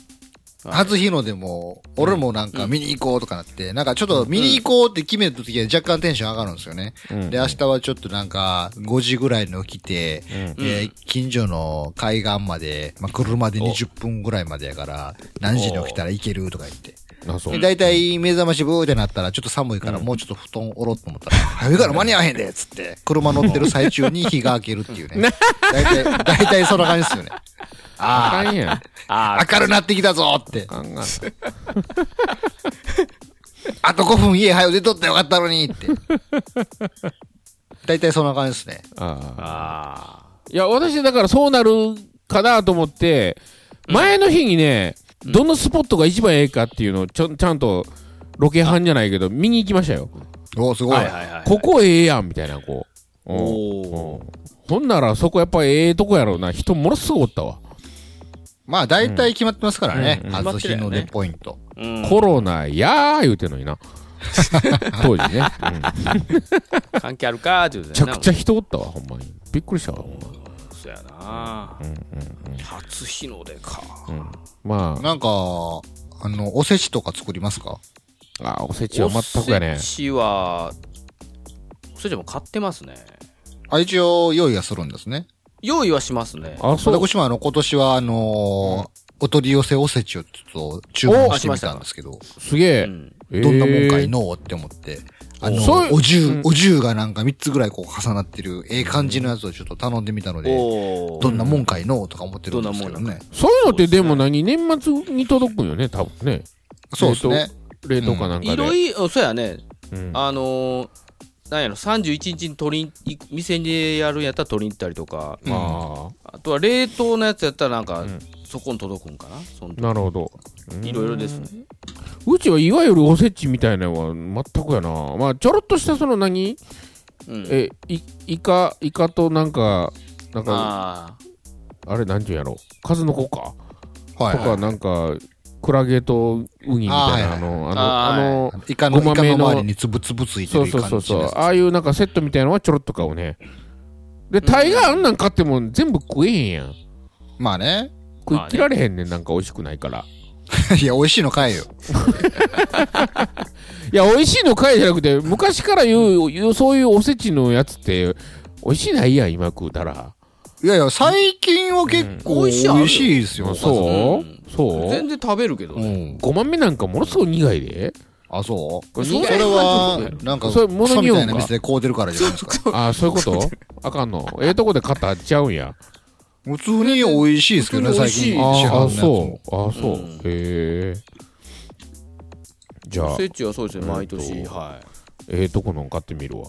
Speaker 2: 初日の出も、俺もなんか見に行こうとかなって、なんかちょっと見に行こうって決めた時は若干テンション上がるんですよね。
Speaker 4: うん
Speaker 2: で、明日はちょっとなんか5時ぐらいに起きて、えー近所の海岸まで、まあ、車で20分ぐらいまでやから、何時に起きたら行けるとか言って。
Speaker 4: あ、そう
Speaker 2: で、。大体目覚ましブーってなったら、ちょっと寒いからもうちょっと布団おろうと思ったら、 早いから間に合わへんでっつって、車乗ってる最中に日が明けるっていう ね。大体、大体そんな感じですよね。ああ。
Speaker 4: あかんやん。あ
Speaker 3: あ
Speaker 2: 明るなってきたぞって。
Speaker 4: かんがな。
Speaker 2: あと5分家早う出とったらよかったのにって。大体そんな感じですね。
Speaker 4: ああ
Speaker 3: あ
Speaker 4: いや、私、だからそうなるかなと思って、前の日にね、どのスポットが一番ええかっていうのをちょ、ちゃんと、ロケ班じゃないけど、見に行きましたよ。
Speaker 2: おーすごい。
Speaker 3: はいはいはい。
Speaker 4: ここええやんみたいなこう、うん
Speaker 3: お
Speaker 4: う
Speaker 3: お
Speaker 4: んほんならそこやっぱええとこやろうな人ものすごいおったわ、
Speaker 2: まあ、大体決まってますからね
Speaker 4: う。ん
Speaker 2: 初日の出ポイント。
Speaker 3: ー。
Speaker 4: コロナやー言うてんのにな当時ね、うん
Speaker 3: うん関係あるかーって言う
Speaker 4: め
Speaker 3: て
Speaker 4: ち
Speaker 3: た
Speaker 4: ゃ
Speaker 3: よな
Speaker 4: くちゃ人おったわほんまにびっくりしたわほんま
Speaker 3: そうやな、初日の出か、
Speaker 4: ま
Speaker 2: なんか、あの、おせちとか作りますか
Speaker 4: ああおせちは全くや
Speaker 3: お
Speaker 4: ね
Speaker 3: せちはおせちも買ってますね
Speaker 2: あ、一応、用意はするんですね。
Speaker 3: 用意はしますね
Speaker 4: あそう
Speaker 2: 私もあの、今年は、あのーお取り寄せおせちをちょっと注文してみたんですけど、
Speaker 4: すげえ、
Speaker 3: うん
Speaker 4: えー
Speaker 2: どんなもんかいのうって思って、あの
Speaker 4: そうい、う
Speaker 2: お重、
Speaker 4: うん
Speaker 2: お重がなんか3つぐらいこう重なってる、ええ感じのやつをちょっと頼んでみたので、
Speaker 3: おお
Speaker 2: どんなもんかいのうとか思ってるんですけど
Speaker 3: どんなもん
Speaker 2: ね。
Speaker 4: そういうのってでも何年末に届くんよね多分ね
Speaker 2: そうですね。
Speaker 4: 冷凍かなんかで、
Speaker 3: いろいろそうやね
Speaker 4: うん
Speaker 3: あのーなんやろ31日に取りに店でやるんやったら取りに行ったりとか、
Speaker 2: うん
Speaker 4: あ
Speaker 3: あとは冷凍のやつやったらなんか、
Speaker 4: ん
Speaker 3: そこに届くんかなその
Speaker 4: あなるほど
Speaker 3: いろいろですね
Speaker 4: うちはいわゆるおせちみたいなのは全くやなまあちょろっとしたその何
Speaker 3: うん
Speaker 4: えいイカイカとなんかなんか
Speaker 3: あー
Speaker 4: あれなんていうんやろ数の子か
Speaker 2: はい
Speaker 4: と
Speaker 2: は
Speaker 4: かなんかクラゲとウニみたいなあのあの
Speaker 3: あー
Speaker 4: あの
Speaker 2: い。イカの、イ
Speaker 4: ごま
Speaker 2: カの
Speaker 4: めの
Speaker 2: 周りにつぶつぶついて
Speaker 4: そう
Speaker 2: る
Speaker 4: そう
Speaker 2: 感
Speaker 4: そう
Speaker 2: じ
Speaker 4: そう
Speaker 2: です。
Speaker 4: ああいうなんかセットみたいのはちょろっと買うねで
Speaker 3: ん
Speaker 4: 大概あんなん買っても全部食えへんやん
Speaker 2: まあね。
Speaker 4: 食い切られへんねんなんか美味しくないから
Speaker 2: いや、美味しいのかいよ。
Speaker 4: いや美味しいのかいじゃなくて昔から言う言うそういうおせちのやつって美味しないやん今食うたら
Speaker 2: いやいや、最近は結構
Speaker 3: う
Speaker 2: 美
Speaker 3: ん美味しいある
Speaker 2: 味しいですよ。
Speaker 4: そううそう
Speaker 3: 全然食べるけど
Speaker 2: う
Speaker 3: ね、
Speaker 2: ん。
Speaker 4: ごまめなんかものすごい苦いで
Speaker 2: あ、そう
Speaker 4: これ
Speaker 2: そ
Speaker 4: そ
Speaker 2: れ
Speaker 4: れ
Speaker 2: は、なんか、
Speaker 4: それ
Speaker 2: ク
Speaker 4: 物
Speaker 2: ソ
Speaker 4: に
Speaker 2: み
Speaker 4: よ
Speaker 2: たい
Speaker 4: るんか
Speaker 2: な店で買うてるからじゃないですか。
Speaker 4: ああそういうこと あかんのええとこで買ったらちゃうんや
Speaker 2: 普通に美味しいですけどね、
Speaker 3: 普通
Speaker 2: 最
Speaker 3: に美味しい
Speaker 2: 近。市販の
Speaker 4: あ
Speaker 2: や
Speaker 4: あ
Speaker 2: つ
Speaker 4: そ
Speaker 2: も
Speaker 4: うああそう
Speaker 3: うん
Speaker 4: へえじゃあ
Speaker 3: おせちはそうですね毎年、
Speaker 4: うんと
Speaker 3: は
Speaker 4: ええとこのん買ってみる
Speaker 3: い
Speaker 4: わ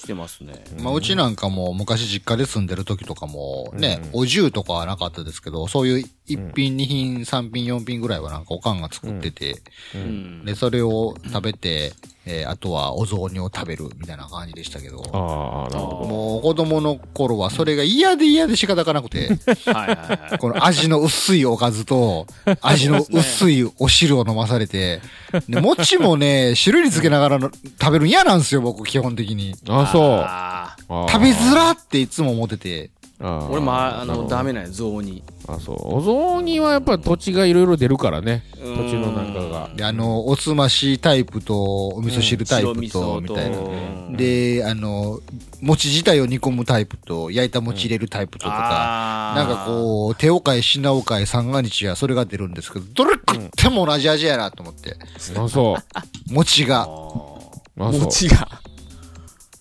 Speaker 3: してますね
Speaker 2: まあ、うちなんかも昔実家で住んでる時とかもね、お重とかはなかったですけど、そういう1品、2品、3品、4品ぐらいはなんかおかんが作ってて、
Speaker 3: うん
Speaker 2: で、それを食べて、えーあとはお雑煮を食べるみたいな感じでしたけど、
Speaker 4: ああなるほど
Speaker 2: もう子供の頃はそれが嫌で嫌で仕方がなくて、
Speaker 3: はいはいはい
Speaker 2: この味の薄いおかずと、味の薄いお汁を飲まされて、で餅もね、汁につけながらの食べるん嫌なんですよ、僕、基本的に。
Speaker 4: あそう
Speaker 3: あー
Speaker 4: あー
Speaker 2: 食べづらっていつも思ってて。
Speaker 4: あー
Speaker 3: 俺もああ
Speaker 4: なるほ
Speaker 3: の
Speaker 4: ど
Speaker 3: ダメなんや雑煮
Speaker 4: あそうお雑煮はやっぱ土地がいろいろ出るからね
Speaker 3: 土
Speaker 4: 土地のなんかが
Speaker 2: で、あの、おつましタイプと、お味噌汁タイ
Speaker 3: 白
Speaker 2: プ
Speaker 3: 味
Speaker 2: と、
Speaker 3: 噌
Speaker 2: み
Speaker 3: と
Speaker 2: たいな。で、あの、餅自体を煮込むタイプと、焼いた餅入れるタイプととか、
Speaker 3: あ
Speaker 2: なんかこう、手を変え、品を変え、三が日や、それが出るんですけど、どれ食っても同じ味やなと思って。
Speaker 4: あそう
Speaker 2: 餅が。
Speaker 3: う
Speaker 4: あそう
Speaker 3: 餅が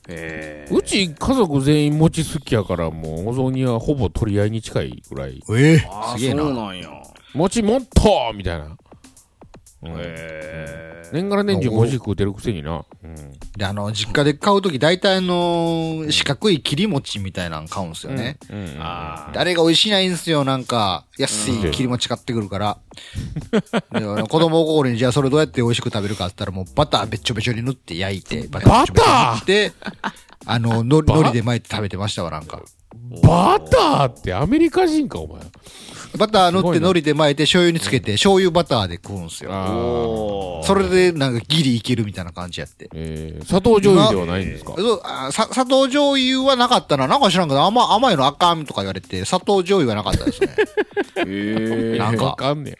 Speaker 3: へえ
Speaker 4: うち家族全員餅好きやからもうお雑煮はほぼ取り合いに近いぐらい
Speaker 2: ええす
Speaker 3: あー
Speaker 2: げえ
Speaker 3: そう
Speaker 2: な。
Speaker 3: なんや
Speaker 4: 餅もっとみたいな、うん
Speaker 3: へえ
Speaker 4: 年がら年中餅食うてるくせにな、うん、
Speaker 2: で、あの、実家で買うとき、大体あのー、四角い切り餅みたいなの買うんですよね。
Speaker 4: うんうん
Speaker 3: あ
Speaker 2: であれが美味しないんですよ、なんか。安い切り餅買ってくるから。であの子供心に、じゃあそれどうやって美味しく食べるかって言ったら、もうバターべっちょべちょに塗って焼いて、バ
Speaker 4: バ
Speaker 2: べっちょべちょに塗っ
Speaker 4: タ
Speaker 2: て、あの、のり、
Speaker 4: バ
Speaker 2: のりで巻いて食べてましたわ、なんか。
Speaker 4: ーバターってアメリカ人かお前
Speaker 2: バター塗っ
Speaker 4: すご
Speaker 2: て
Speaker 4: いな
Speaker 2: のりで巻いて、醤油につけて、醤油バターで食うんすよ。
Speaker 3: お
Speaker 4: あー
Speaker 3: お
Speaker 2: それで、なんかギリいけるみたいな感じやって。
Speaker 4: えー、砂糖醤油ではないんですか
Speaker 2: そう、あさ、砂糖醤油はなかったな。なんか知らんけど、甘、甘いのあかんとか言われて、砂糖醤油はなかったですね。
Speaker 3: へえ
Speaker 2: なんか
Speaker 4: わかんねや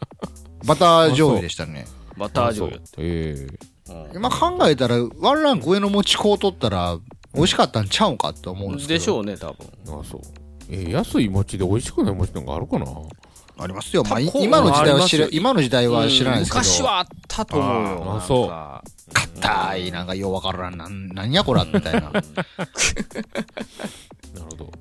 Speaker 2: バター醤油でしたね。
Speaker 3: バター醤油
Speaker 4: あそうえー
Speaker 3: うん
Speaker 2: 今考えたら、ワンランク上の餅こう取ったら、美味しかったんちゃうんかって思うんですけど。
Speaker 3: でしょうね多分
Speaker 4: あそうえー安い餅で美味しくない餅なんかあるかな
Speaker 2: ありますよ。まあ、い
Speaker 3: こう
Speaker 2: 今の時代は知
Speaker 3: あります
Speaker 2: ら
Speaker 3: よ、
Speaker 2: 今の時代は知らないですけど。
Speaker 3: 昔はあったと思うよ
Speaker 4: あー
Speaker 3: なんか
Speaker 4: そう
Speaker 2: 硬い、なんかようわからん、なん、なんやこら、みたいな。
Speaker 4: なるほど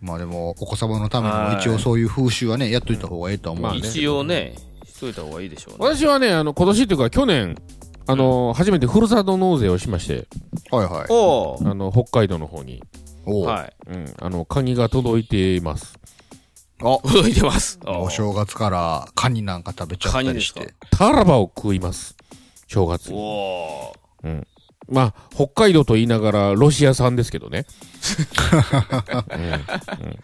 Speaker 2: まあでも、お子様のためにも一応そういう風習はね、やっといた方がいいとは思うんで。
Speaker 3: 一応ねしといた方がいいでしょうね
Speaker 4: 私はねあの今年というか去年あの初めてふるさと納税をしまして
Speaker 2: はいはい。
Speaker 3: おー
Speaker 4: あの北海道の方に、
Speaker 2: おう
Speaker 3: はい
Speaker 4: うん、あのカニが届いています
Speaker 2: あ、
Speaker 3: 届いてますお
Speaker 2: お
Speaker 3: ー
Speaker 2: 正月からカニなんか食べちゃったりし
Speaker 3: カニで
Speaker 2: て。
Speaker 4: タラバを食います正月に
Speaker 3: おー
Speaker 4: まあ、北海道と言いながら、ロシア産ですけ どね。うん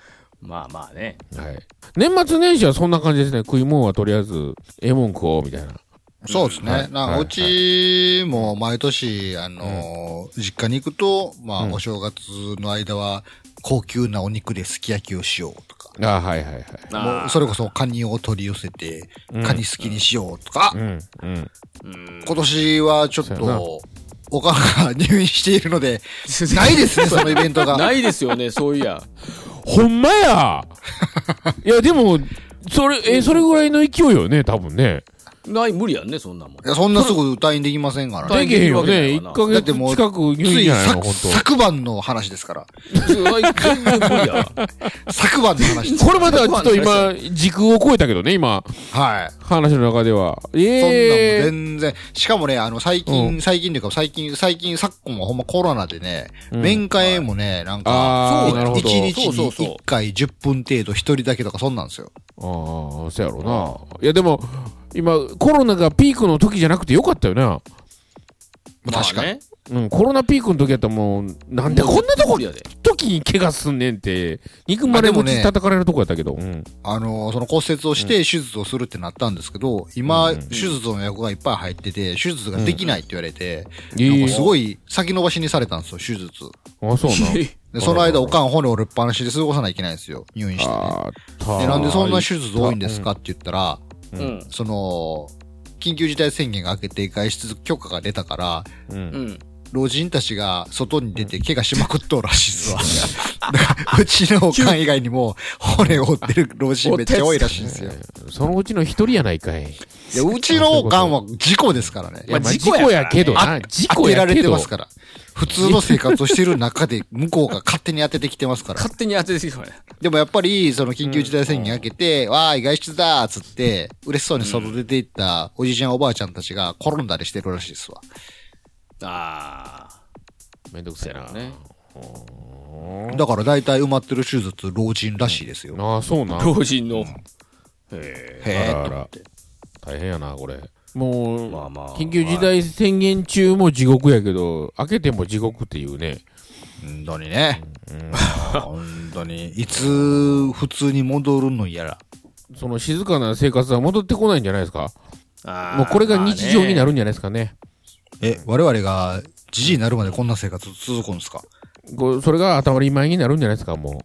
Speaker 3: まあまあね。
Speaker 4: はい、年末年始はそんな感じですね。食い物はとりあえず、ええもん食おう、みたいな。
Speaker 2: そうです
Speaker 4: は
Speaker 2: ね
Speaker 4: い。
Speaker 2: なん
Speaker 4: は
Speaker 2: か、
Speaker 4: いう
Speaker 2: ちも毎年、あのー、実家に行くと、まあ、
Speaker 4: うん
Speaker 2: お正月の間は、高級なお肉ですき焼きをしようとか、
Speaker 4: あはいはいはい。
Speaker 2: もうそれこそカニを取り寄せて、
Speaker 4: うん
Speaker 2: カニ好きにしようとか、
Speaker 4: うん、うん。
Speaker 3: うん
Speaker 2: 今年はちょっ
Speaker 4: そうやな
Speaker 2: と、おかんが入院しているの で、ないですね、そのイベントが。
Speaker 3: ないですよね、そういや。
Speaker 4: ほんま やいや、でも、それ、え、それぐらいの勢いよね、多分ね。
Speaker 3: ない、無理やんね、そんなもん
Speaker 2: い。やそんなすぐ退院できませんからね。
Speaker 4: できへんよね。
Speaker 3: できる
Speaker 4: 1
Speaker 3: わけ
Speaker 4: ヶ
Speaker 2: だ
Speaker 4: 月
Speaker 2: ってもう
Speaker 4: 近く
Speaker 2: つ
Speaker 4: 入院
Speaker 2: い
Speaker 4: じゃない
Speaker 2: さ
Speaker 4: の、ほん
Speaker 2: 昨晩の話ですから。
Speaker 3: 全然無理やわ。
Speaker 2: 昨晩の話です
Speaker 4: と。これまたちょっと今、時空を超えたけどね、今、
Speaker 2: はい。
Speaker 4: 話の中では。
Speaker 2: そんなんも
Speaker 4: ええ
Speaker 2: 全然。しかもね、あの、最
Speaker 4: う
Speaker 2: 近、最近というか、最近、最近、昨今はほんまコロナでね、
Speaker 4: うん
Speaker 2: 面会もね、なんか、
Speaker 3: そ
Speaker 4: ああ、
Speaker 3: うだ
Speaker 4: なる
Speaker 2: 1
Speaker 4: ほど。
Speaker 2: 日に
Speaker 3: そうそうそう
Speaker 2: 1回10分程度1人だけとかそんなんですよ。
Speaker 4: ああ、そうやろうな。いや、でも、今、コロナがピークの時じゃなくてよかったよな。
Speaker 2: まあ確かに。
Speaker 3: に。
Speaker 4: うん、コロナピークの時やったらもう、なんでこんなとこ
Speaker 3: 無理やで。
Speaker 4: 時に怪我すんねんって、肉まれ
Speaker 2: まあでも
Speaker 4: 持
Speaker 2: ね
Speaker 4: ち叩かれるとこやったけど。うん。
Speaker 2: あの、その骨折をして手術をするってなったんですけど、今、
Speaker 4: うん
Speaker 2: 手術の予約がいっぱい入ってて、手術ができないって言われて、
Speaker 4: え
Speaker 2: なん
Speaker 4: え
Speaker 2: かすごい先延ばしにされたんですよ、手術。
Speaker 4: あ、そ うな。
Speaker 2: で、その間、おかん骨折るっぱなしで過ごさないといけないんですよ、入院して、ね。
Speaker 4: あー
Speaker 2: で、なんでそんな手術多いんですかって言ったら、
Speaker 3: う
Speaker 4: うん
Speaker 3: ん。
Speaker 2: その、緊急事態宣言が明けて外出許可が出たから、
Speaker 4: う。
Speaker 3: うんん。
Speaker 2: 老人たちが外に出て怪我しまくっとうらしいっすわ。だから、うちのおかん以外にも骨折ってる老人めっちゃ多いらしいんですよ。
Speaker 4: そのうちの一人やないかい。い
Speaker 2: いや、うちのおかんは事故ですからね。
Speaker 3: まあ
Speaker 4: まあ
Speaker 3: 事
Speaker 4: 事
Speaker 3: 故やからね
Speaker 4: 故やけどな。事
Speaker 2: 当
Speaker 4: 故
Speaker 2: て
Speaker 4: や
Speaker 2: られ
Speaker 4: け
Speaker 2: て
Speaker 4: ど
Speaker 2: ま。すから。普通の生活をしてる中で、向こうが勝手に当ててきてますから。
Speaker 3: 勝手に当ててきたからね。
Speaker 2: でもやっぱり、その緊急事態宣言明けて、わーい、外出だーっつって、嬉しそうに外出て行ったおじいちゃんおばあちゃんたちが転んだりしてるらしいですわ。
Speaker 3: ああ。
Speaker 4: めんどくせえな。
Speaker 3: ね。
Speaker 2: だから大体埋まってる手術、老人らしいですよ。
Speaker 4: ああ、そうな。
Speaker 3: 老人の。へえ。
Speaker 2: へ
Speaker 4: あ
Speaker 2: え
Speaker 4: らあ
Speaker 2: と思っ
Speaker 4: ら
Speaker 2: て。
Speaker 4: 大変やな、これ。もう、
Speaker 3: まあまあ。
Speaker 4: 緊急事態宣言中も地獄やけど、開けても地獄っていうね。
Speaker 2: 本当にね。 本当に。いつ、普通に戻るのやら。
Speaker 4: その静かな生活は戻ってこないんじゃないですか。
Speaker 3: あー。
Speaker 4: もうこれが日常にな
Speaker 3: る。
Speaker 4: るんじゃないですかね。
Speaker 2: え、我々が、じじいになるまでこんな生活続くんですか
Speaker 4: こうそれが当たり前になるんじゃないですか、も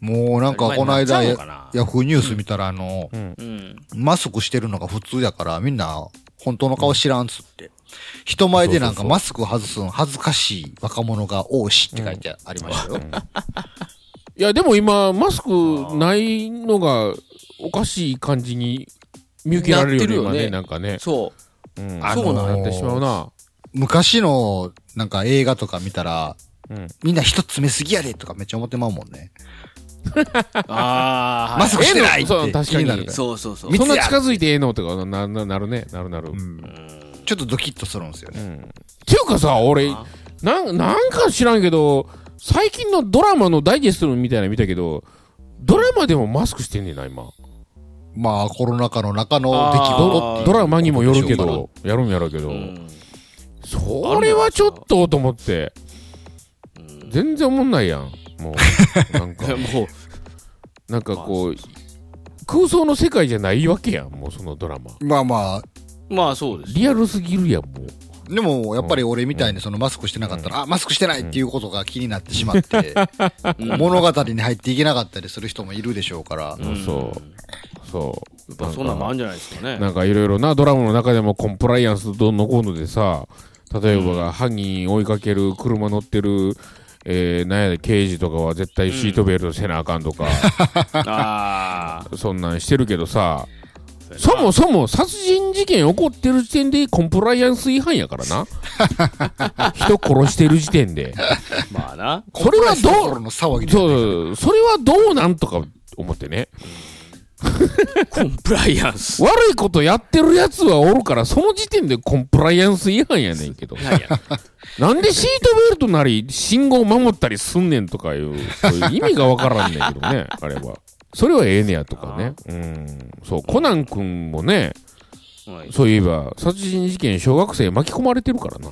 Speaker 2: もうなんかこの
Speaker 3: 当た
Speaker 2: 間、ヤ
Speaker 3: り前になっちゃうのかな
Speaker 2: フーニュース見たらあの、
Speaker 4: う。うん。
Speaker 3: うん。
Speaker 2: マスクしてるのが普通やから、みんな、本当の顔知らんっつって。人前でなん
Speaker 4: そうそう
Speaker 2: か
Speaker 4: そう
Speaker 2: マスク外すの恥ずかしい若者が多しって書いてありましたよ。
Speaker 4: いや、でも今、マスクないのがおかしい感じに見受けられる
Speaker 3: なっ
Speaker 4: よね、今
Speaker 3: てるよね
Speaker 4: ね、なんかね。
Speaker 3: そ
Speaker 4: うん
Speaker 3: あそうな
Speaker 2: の
Speaker 4: なってしまうな。
Speaker 2: 昔の、なんか映画とか見たら、
Speaker 4: うん
Speaker 2: みんな人詰めすぎやでとかめっちゃ思ってまうもんね。
Speaker 3: う。ああ。
Speaker 2: マスクしてないっ
Speaker 4: ええのそう
Speaker 2: て
Speaker 4: 確
Speaker 2: 気
Speaker 4: かに
Speaker 2: になるから。
Speaker 3: そうそうそう。
Speaker 4: そんな近づいてええのとかなななるね、なるなる。
Speaker 2: う
Speaker 4: うん
Speaker 2: んちょっとドキッとするんですよね。
Speaker 4: ていうかさ、俺、
Speaker 3: あ
Speaker 4: なんなんか知らんけど、最近のドラマのダイジェストみたいなの見たけど、ドラマでもマスクしてんねんな、今。
Speaker 2: まあ、コロナ禍の中の出来事ってい
Speaker 3: あー
Speaker 2: う。
Speaker 4: ドラマにもよる
Speaker 2: ことで
Speaker 4: け
Speaker 2: しょう
Speaker 4: ど、やるんやろうけど、
Speaker 3: うん
Speaker 4: それはちょっとと思って、
Speaker 3: うん
Speaker 4: 全然思んないやん。もう、なん か、
Speaker 3: もう、
Speaker 4: なんかこう、空想の世界じゃないわけやん、もうそのドラマ。
Speaker 2: まあまあ、
Speaker 3: まあそうです。。
Speaker 4: リアルすぎるやん、もう。
Speaker 2: でも、やっぱり俺みたいにそのマスクしてなかったら、あ、マスクしてないっていうことが気になってしまって、物語に入っていけなかったりする人もいるでしょうから、
Speaker 4: んそうそう。
Speaker 3: やっぱそんなんもあるんじゃないですか ね。
Speaker 4: なんかいろいろなドラマの中でもコンプライアンスどんのこうのでさ、例えばが犯人追いかける、車乗ってる、えー、なんや刑事とかは絶対シートベルトせなあかんとか、
Speaker 3: ああ。
Speaker 4: そんなんしてるけどさ、そもそも殺人事件起こってる時点でコンプライアンス違反やからな。 人殺してる時点で。
Speaker 3: まあな。
Speaker 4: それは
Speaker 2: コンプライアンスの
Speaker 4: どう
Speaker 2: 頃の騒ぎで
Speaker 4: そう、それはどうなんとか思ってね。
Speaker 3: コンプライアンス。
Speaker 4: 悪いことやってるやつはおるから、その時点でコンプライアンス違反やねんけど。
Speaker 3: なんや
Speaker 4: なんでシートベルトなり、信号守ったりすんねんとかいう、そういう意味がわからんねんけど ね、あれは。それはええねやとかね。うん。そう、コナン君もね、
Speaker 3: うん
Speaker 4: そういえば、殺人事件、小学生巻き込まれてるからな。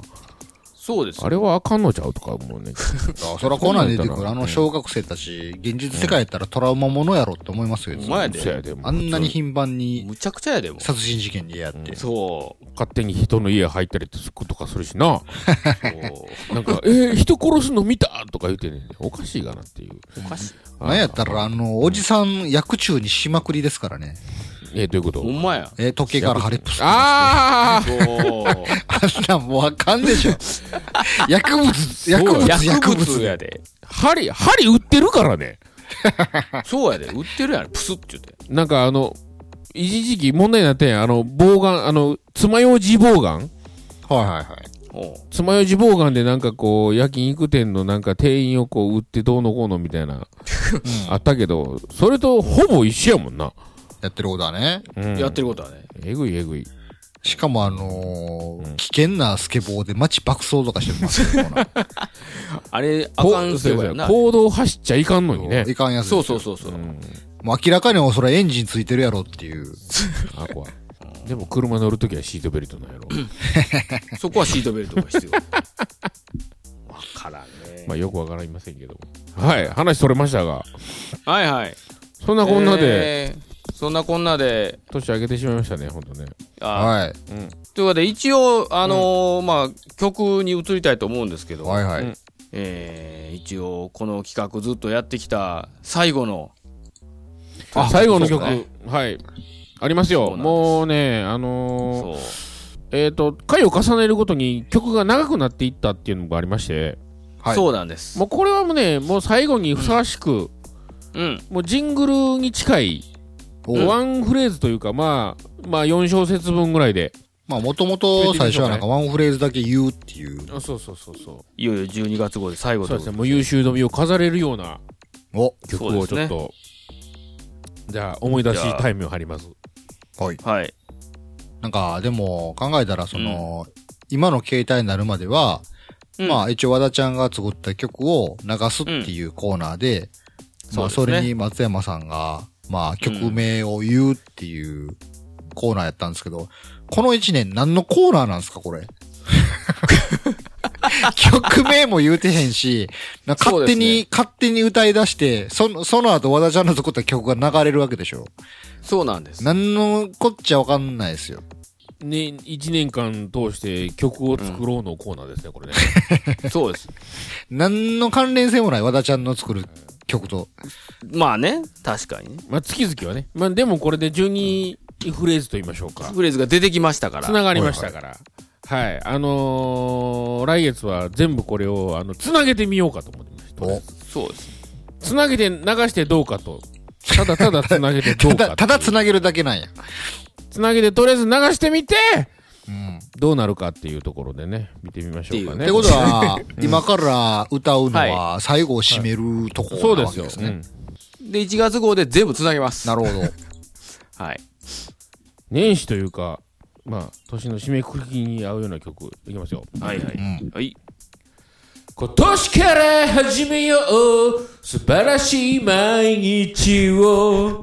Speaker 3: そうですよ
Speaker 4: あれはあかんのちゃうとか思うね。
Speaker 2: あそらこんなん出てくる。あの小学生たち、現実世界やったらトラウマものやろって思いますよ、いつ
Speaker 3: お
Speaker 2: も
Speaker 3: 前やで
Speaker 4: そうやでもう
Speaker 2: あんなに頻繁に
Speaker 3: むちゃくちゃやでも
Speaker 2: 殺人事件にやって。
Speaker 3: そう
Speaker 4: 勝手に人の家入ったりとかするしな。
Speaker 3: そう
Speaker 4: なんか、えー、人殺すの見たとか言ってね、おかしいかなっていう。
Speaker 3: おかしい
Speaker 2: なんやったら、あの、おじさん、薬中にしまくりですからね。
Speaker 4: えー、どういうこと
Speaker 3: ほんまや
Speaker 2: え、時計からハリプス。
Speaker 4: ああ
Speaker 3: そう
Speaker 2: あんなんもうあかんでしょ。薬物、
Speaker 4: う
Speaker 2: 薬物、
Speaker 3: 薬物やで
Speaker 4: 針、針売ってるからね。
Speaker 3: そうやで売ってるやんプスって言って
Speaker 4: なんかあの、一時期問題になってんやんあの、棒眼、あの、爪楊枝棒眼
Speaker 2: はいはいはい。
Speaker 3: おう
Speaker 4: 爪楊枝棒眼でなんかこう、焼肉店のなんか店員をこう、売ってどうのこうのみたいな、あったけど、それとほぼ一緒やもんな。
Speaker 2: やってることはね。
Speaker 4: うん
Speaker 3: やってることはね
Speaker 4: えぐいえぐい。
Speaker 2: しかもあのー危険なスケボーで街爆走とかしてます よ。ほら
Speaker 3: あれあかん
Speaker 4: こ
Speaker 3: せいやな
Speaker 4: 行動走っちゃいかんのにね。
Speaker 2: いかんやつです
Speaker 3: そ
Speaker 2: よ
Speaker 3: うそうそうそう
Speaker 2: もう明らかにおそらエンジンついてるやろっていう。
Speaker 4: あ、怖い。でも車乗るときはシートベルトなんやろ。
Speaker 3: そこはシートベルトが必要わからんね
Speaker 4: まあよくわかりませんけども。はい、話それましたが、
Speaker 3: はいはい
Speaker 4: そんなこんなで、
Speaker 3: えーそんなこんなで
Speaker 4: 年上げてしまいましたね、ほんとね。
Speaker 3: あ
Speaker 2: はい。
Speaker 3: ということで一応あのーまあ曲に移りたいと思うんですけど
Speaker 2: はいは
Speaker 4: うん
Speaker 2: い。
Speaker 3: えー一応この企画ずっとやってきた最後の
Speaker 4: あ、最後の曲、
Speaker 3: そう
Speaker 4: はい。あります
Speaker 3: そう
Speaker 4: よ。
Speaker 3: なんです
Speaker 4: もうね、あ
Speaker 3: そ
Speaker 4: のー
Speaker 3: う
Speaker 4: えっ、と、回を重ねるごとに曲が長くなっていったっていうのがありまして、
Speaker 2: はい。
Speaker 3: そうなんです。
Speaker 4: もうこれはもうね、もう最後にふさわしく、
Speaker 3: うん。
Speaker 4: もうジングルに近い、
Speaker 2: お
Speaker 4: ワンフレーズというか、まあ、まあ4小節分ぐらいで。
Speaker 2: まあ、もともと最初はなんかワンフレーズだけ言うっていう。
Speaker 4: あそうそうそうそ
Speaker 3: いよいよ12月号で最
Speaker 4: う。
Speaker 3: 後
Speaker 4: そう
Speaker 3: と
Speaker 4: ですね、もう優秀の実を飾れるような
Speaker 2: お、
Speaker 4: 曲
Speaker 3: そうで
Speaker 4: をち
Speaker 3: す
Speaker 4: ょ
Speaker 3: ね
Speaker 4: っと、じゃあ思い出しタイムを張ります。
Speaker 2: はい。
Speaker 3: はい。
Speaker 2: なんか、でも、考えたら、その、今の携帯になるまでは、
Speaker 3: うん
Speaker 2: まあ、一応和田ちゃんが作った曲を流すっていうコーナーで、まあ、
Speaker 3: そ
Speaker 2: そう
Speaker 3: ですね
Speaker 2: れに松山さんが、まあ、曲名を言うっていうコーナーやったんですけど、この一年何のコーナーなんですか、こ れ。曲名も言うてへんし、なんか勝手に、勝手に歌い出して、その、その後和田ちゃんの作った曲が流れるわけでしょ。
Speaker 3: そうなんです。
Speaker 2: 何のこっちゃわかんないですよ。
Speaker 4: ね、1年間通して曲を作ろうのコーナーですね、これね。
Speaker 3: そうです。
Speaker 2: 何の関連性もない和田ちゃんの作る曲と。
Speaker 3: まあね、確かにね。
Speaker 4: まあ、月々はね。まあ、でもこれで12フレーズと言いましょうか。
Speaker 3: フレーズが出てきましたか
Speaker 4: つな
Speaker 3: ら。
Speaker 4: がりましたから。はい。あのー来月は全部これを、あの、つなげてみようかと思ってました。
Speaker 2: お
Speaker 3: そうです。
Speaker 4: つなげて流してどうかと。ただただつなげてど う
Speaker 2: ただ、
Speaker 4: かと
Speaker 2: ただ繋げるだけなんや。
Speaker 4: つなげてとりあえず流してみて、
Speaker 2: うん。
Speaker 4: どうなるかっていうところでね、見てみましょうか
Speaker 3: っ
Speaker 4: ね。
Speaker 2: ってこと は、今から歌うのは最後を締めるとこ
Speaker 4: そう
Speaker 2: ろな
Speaker 4: で
Speaker 2: わ
Speaker 4: す
Speaker 2: け
Speaker 4: よ。
Speaker 2: ですね。
Speaker 3: で、1月号で全部つなげます。
Speaker 2: なるほど。
Speaker 3: ど。はい。
Speaker 4: うん年始というか、まあ、年の締めくくりに合うような曲、いきますよ。
Speaker 3: はいは
Speaker 2: う
Speaker 3: い。
Speaker 2: ん。
Speaker 3: はい。
Speaker 4: 今年から始めよう素晴らしい毎日を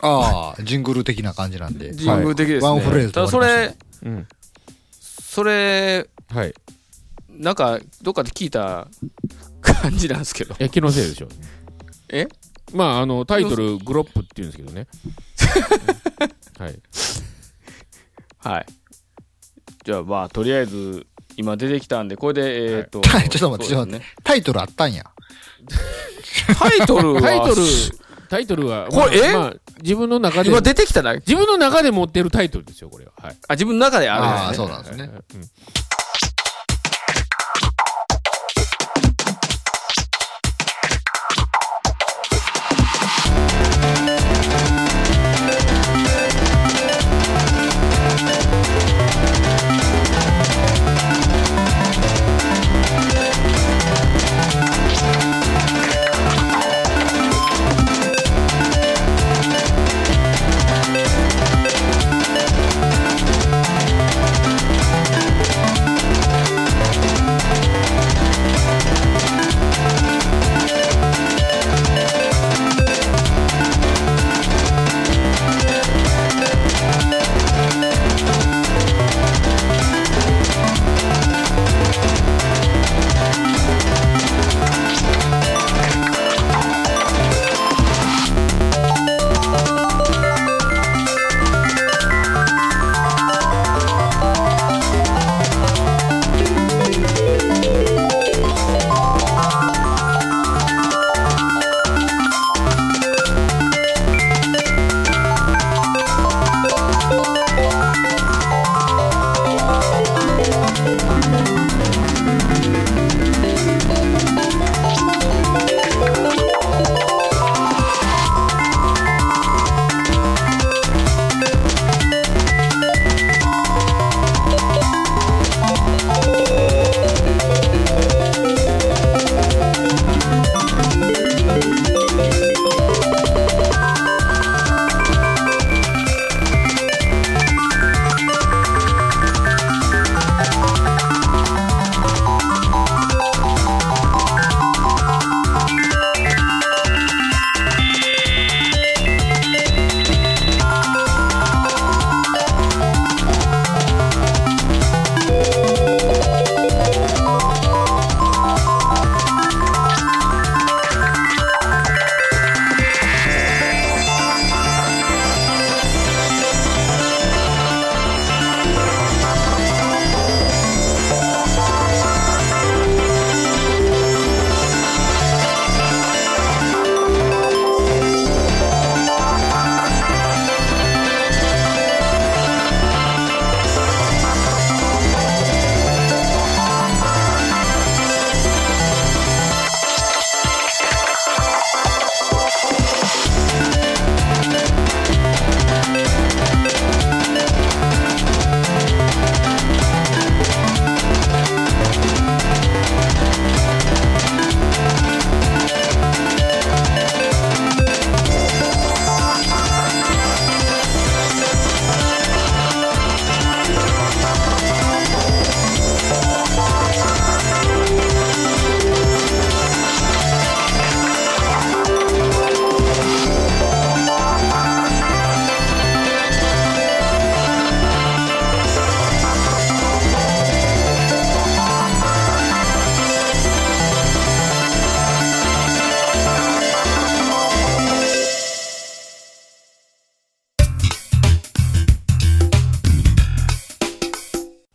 Speaker 2: ああ、ジングル的な感じなんで。
Speaker 3: 神宮的ですね。
Speaker 2: ワンフレーズ
Speaker 3: ただ
Speaker 2: 終
Speaker 3: そ
Speaker 2: わり
Speaker 3: れ、
Speaker 4: うん
Speaker 3: それ、
Speaker 4: はいい
Speaker 3: なんか、どっかで聞いた感じなんですけど。
Speaker 4: や気のせいでしょ
Speaker 3: え
Speaker 4: まああのタイトルグロップって言うんですけ どねはい
Speaker 3: はい。じゃあまあ、とりあえず、今出てきたんで、これで、えっと。
Speaker 2: はい ちょっと待って
Speaker 3: そうですね
Speaker 2: タイトルあったんや。
Speaker 3: タイトルは、
Speaker 4: タイトルタイトルは
Speaker 3: これ
Speaker 4: まあ
Speaker 3: え
Speaker 4: まあ自分の中で
Speaker 3: 今出てきたな。
Speaker 4: 自分の中で持ってるタイトルですよこれははい
Speaker 3: あ、自分の中であ
Speaker 2: ああ、
Speaker 3: るんです
Speaker 2: そう
Speaker 3: ね。
Speaker 2: なんですね。
Speaker 5: 「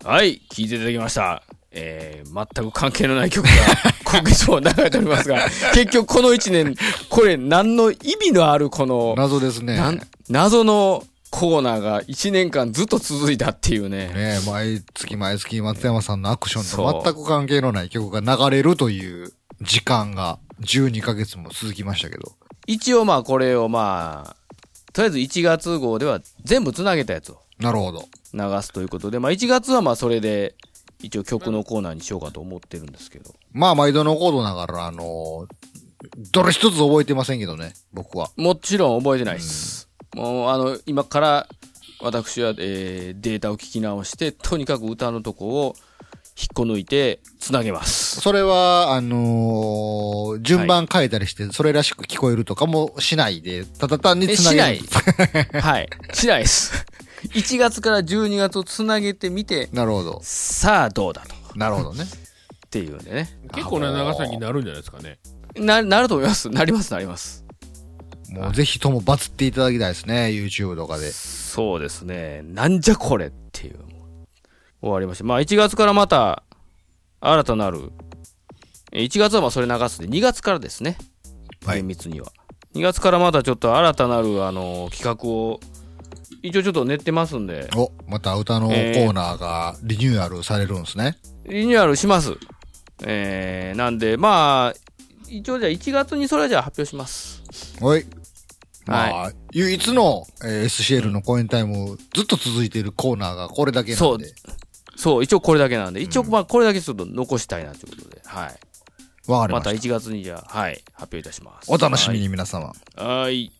Speaker 3: はい、聞いていただきました。えー、全く関係のない曲 が今月も流れておりますが、結局この一年、これ何の意味のあるこの、
Speaker 2: 謎ですね。
Speaker 3: なん謎のコーナーが1年間ずっと続いたっていうね。
Speaker 2: ねえ、毎月毎月松山さんのアクション
Speaker 3: そ
Speaker 2: と
Speaker 3: う
Speaker 2: 全く関係のない曲が流れるという時間が12ヶ月も続きましたけど。
Speaker 3: 一応まあこれをまあ、とりあえず1月号では全部つなげたやつを
Speaker 2: なるほど。
Speaker 3: 流すということで、まあ1月はまあそれで一応曲のコーナーにしようかと思ってるんですけど。
Speaker 2: まあ、毎度のことながら、あのどれ一つ覚えてませんけどね、僕は。
Speaker 3: もちろん覚えてないです。もうあの、今から私は、えーデータを聞き直して、とにかく歌のとこを引っこ抜いてつなげます。
Speaker 2: それは、あのー順番変えたりして、それらしく聞こえるとかもしないで、ただ単に
Speaker 3: え
Speaker 2: つ
Speaker 3: し
Speaker 2: な
Speaker 3: な
Speaker 2: げ
Speaker 3: い
Speaker 2: る。。
Speaker 3: はい。しない です。1月から12月をつなげてみて、
Speaker 2: なるほど。
Speaker 3: さあどうだと。っ
Speaker 2: なるほどね。
Speaker 3: ていうんでね。
Speaker 4: 結構な長さになるんじゃないですかね。
Speaker 3: な、なると思います。なります、なります。
Speaker 2: もうぜひともバズっていただきたいですね、YouTube とかで。
Speaker 3: そうですね。なんじゃこれっていう。終わりました。まあ1月からまた、新たなる。え1月はまあそれ流すで、2月からですね。
Speaker 2: はい
Speaker 3: 厳密には。2月からまたちょっと新たなる、あの、企画を、一応ちょっと練ってますんで、
Speaker 2: お、また歌のコーナーがリニューアルされるんですね。
Speaker 3: リニューアルします。えー、なんで、まあ、一応じゃあ1月にそれはじゃあ発表します。
Speaker 2: はい。まあ、唯一の、えー SCL の公演タイム、ずっと続いているコーナーがこれだけなんで。
Speaker 3: そう、一応これだけなんで、一応まあこれだけちょっと残したいなということで、はい。
Speaker 2: わかり
Speaker 3: ま
Speaker 2: ました
Speaker 3: 1月にじゃあ、はい、発表いたします。
Speaker 2: た。お楽しみに皆様。
Speaker 3: はい。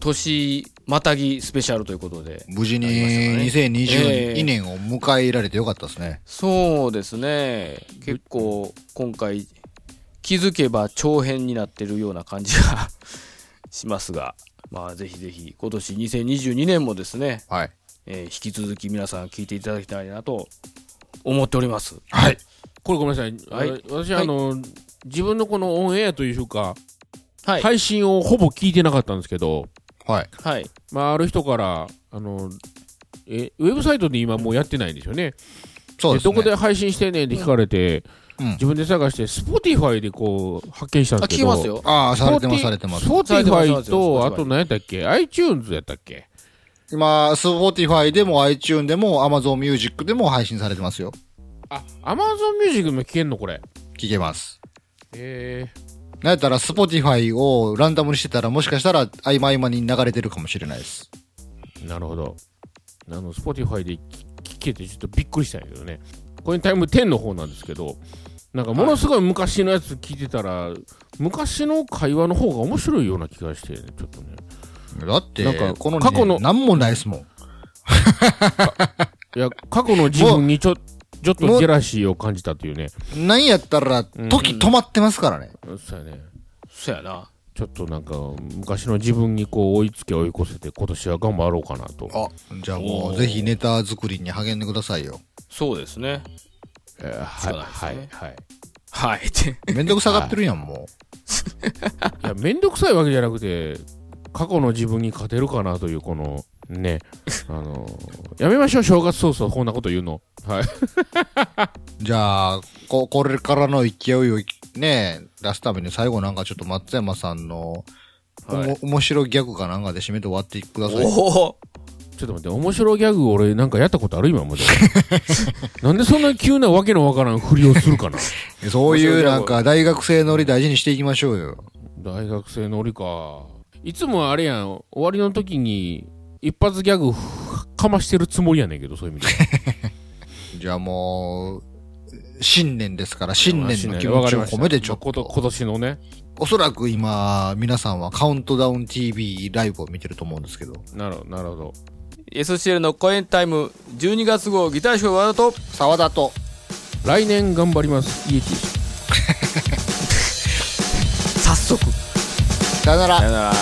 Speaker 3: 年またぎスペシャルということで。
Speaker 2: 無事に
Speaker 3: ありましたからねええ
Speaker 2: 2022年を迎えられてよかったですね。
Speaker 3: そうですね。結構今回気づけば長編になってるような感じが しますが、まあぜひぜひ今年2022年もですね、
Speaker 2: はい。
Speaker 3: えー引き続き皆さん聞いていただきたいなと思っております。
Speaker 2: はい。
Speaker 4: これごめんなさい。
Speaker 3: はい
Speaker 4: あの私、
Speaker 3: はい
Speaker 4: あの、自分のこのオンエアというか、
Speaker 3: はい。はい。
Speaker 4: 配信をほぼ聞いてなかったんですけど、
Speaker 2: はい。
Speaker 4: まあ、ある人から、あの、え、ウェブサイトで今もうやってないんですよね。
Speaker 2: そうですね。
Speaker 4: どこで配信してんねんって聞かれて、
Speaker 2: うん
Speaker 4: 自分で探して、Spotify でこう、発見したん
Speaker 3: あ、
Speaker 4: で
Speaker 3: 聞
Speaker 4: すけ
Speaker 3: き
Speaker 4: ど。
Speaker 3: ます。よ。
Speaker 2: ああ、されてます、されてます。
Speaker 3: されてますされ
Speaker 4: Spotify
Speaker 3: てます
Speaker 4: と、あと何やったっけ ?iTunes やったっけ
Speaker 2: 今、Spotify でも iTune でも Amazon Music でも配信されてますよ。
Speaker 4: あ、Amazon Music も聞けんのこれ。
Speaker 2: 聞けます。
Speaker 4: え
Speaker 2: なんやったら Spotify をランダムにしてたらもしかしたら合間合間に流れてるかもしれないです。
Speaker 4: ー、なるほど。あの、Spotify で聞聞けてちょっとびっくりしたんやけどね。これタイム10の方なんですけど、なんかものすごい昔のやつ聞いてたら、昔の会話の方が面白いような気がして、ね、ちょっとね。
Speaker 2: だって、
Speaker 4: なんか
Speaker 2: この
Speaker 4: 過去の
Speaker 2: ね、なんもないですもん。
Speaker 4: いや、過去の自分にちょ、ちょっと
Speaker 2: もう
Speaker 4: ジェラシーを感じたというね。
Speaker 2: なんやったら、時止まってますからね。
Speaker 4: そうやね。
Speaker 3: そうやな。
Speaker 4: ちょっとなんか、昔の自分にこう追いつけ追い越せて、今年は頑張ろうかなと。
Speaker 2: あ、じゃあ
Speaker 3: お
Speaker 2: も
Speaker 3: ー
Speaker 2: う、ぜひネタ作りに励んでくださいよ。
Speaker 3: そうですね。
Speaker 4: えーはい、
Speaker 3: そうなんです
Speaker 4: は
Speaker 3: ね
Speaker 4: い、はい。
Speaker 3: はい。って
Speaker 2: めんどくさがってるやん、も
Speaker 4: いや、めんどくさいわけじゃなくて、過去の自分に勝てるかなという、この、ね、あのーやめましょう、正月早々、こんなこと言うの。はい。
Speaker 2: う。じゃあ、こ、これからの勢いをね、出すために最後なんかちょっと松山さんの、おも
Speaker 3: はい
Speaker 2: 面白ギャグかなんかで締めて終わってください。
Speaker 3: おお
Speaker 4: ちょっと待って、面白ギャグ俺なんかやったことある 今まで。なんでそんな急なわけのわからんふりをするかな
Speaker 2: そう
Speaker 3: 面白
Speaker 2: い
Speaker 3: いうギャグ
Speaker 2: なんか大学生ノリ大事にしていきましょうよ。
Speaker 4: 大学生のりか。いつもあれやん、終わりの時に、一発ギャグかましてるつもりやねんけど、そういう意味では。
Speaker 2: じゃあもう、新年ですから、新年の気持ちを込めてちょっ
Speaker 4: こと
Speaker 2: と。
Speaker 4: 今年のね。
Speaker 2: おそらく今、皆さんはカウントダウン TV ライブを見てると思うんですけど。
Speaker 4: なるほど、なるほど。
Speaker 3: SCL の公演タイム12月号ギター賞ワードと
Speaker 2: 沢田と、
Speaker 4: 来年頑張ります。イエティ
Speaker 3: 早速
Speaker 2: さよなら
Speaker 3: さ。よなら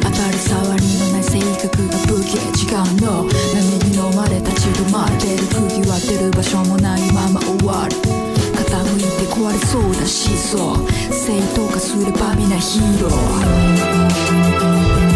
Speaker 5: 当たり障りのない性格が武器時間の波に飲まれ立ち止まってる釘は出る場所もないまま終わる傾いて壊れそうだしそう正当化すれば皆ヒーロー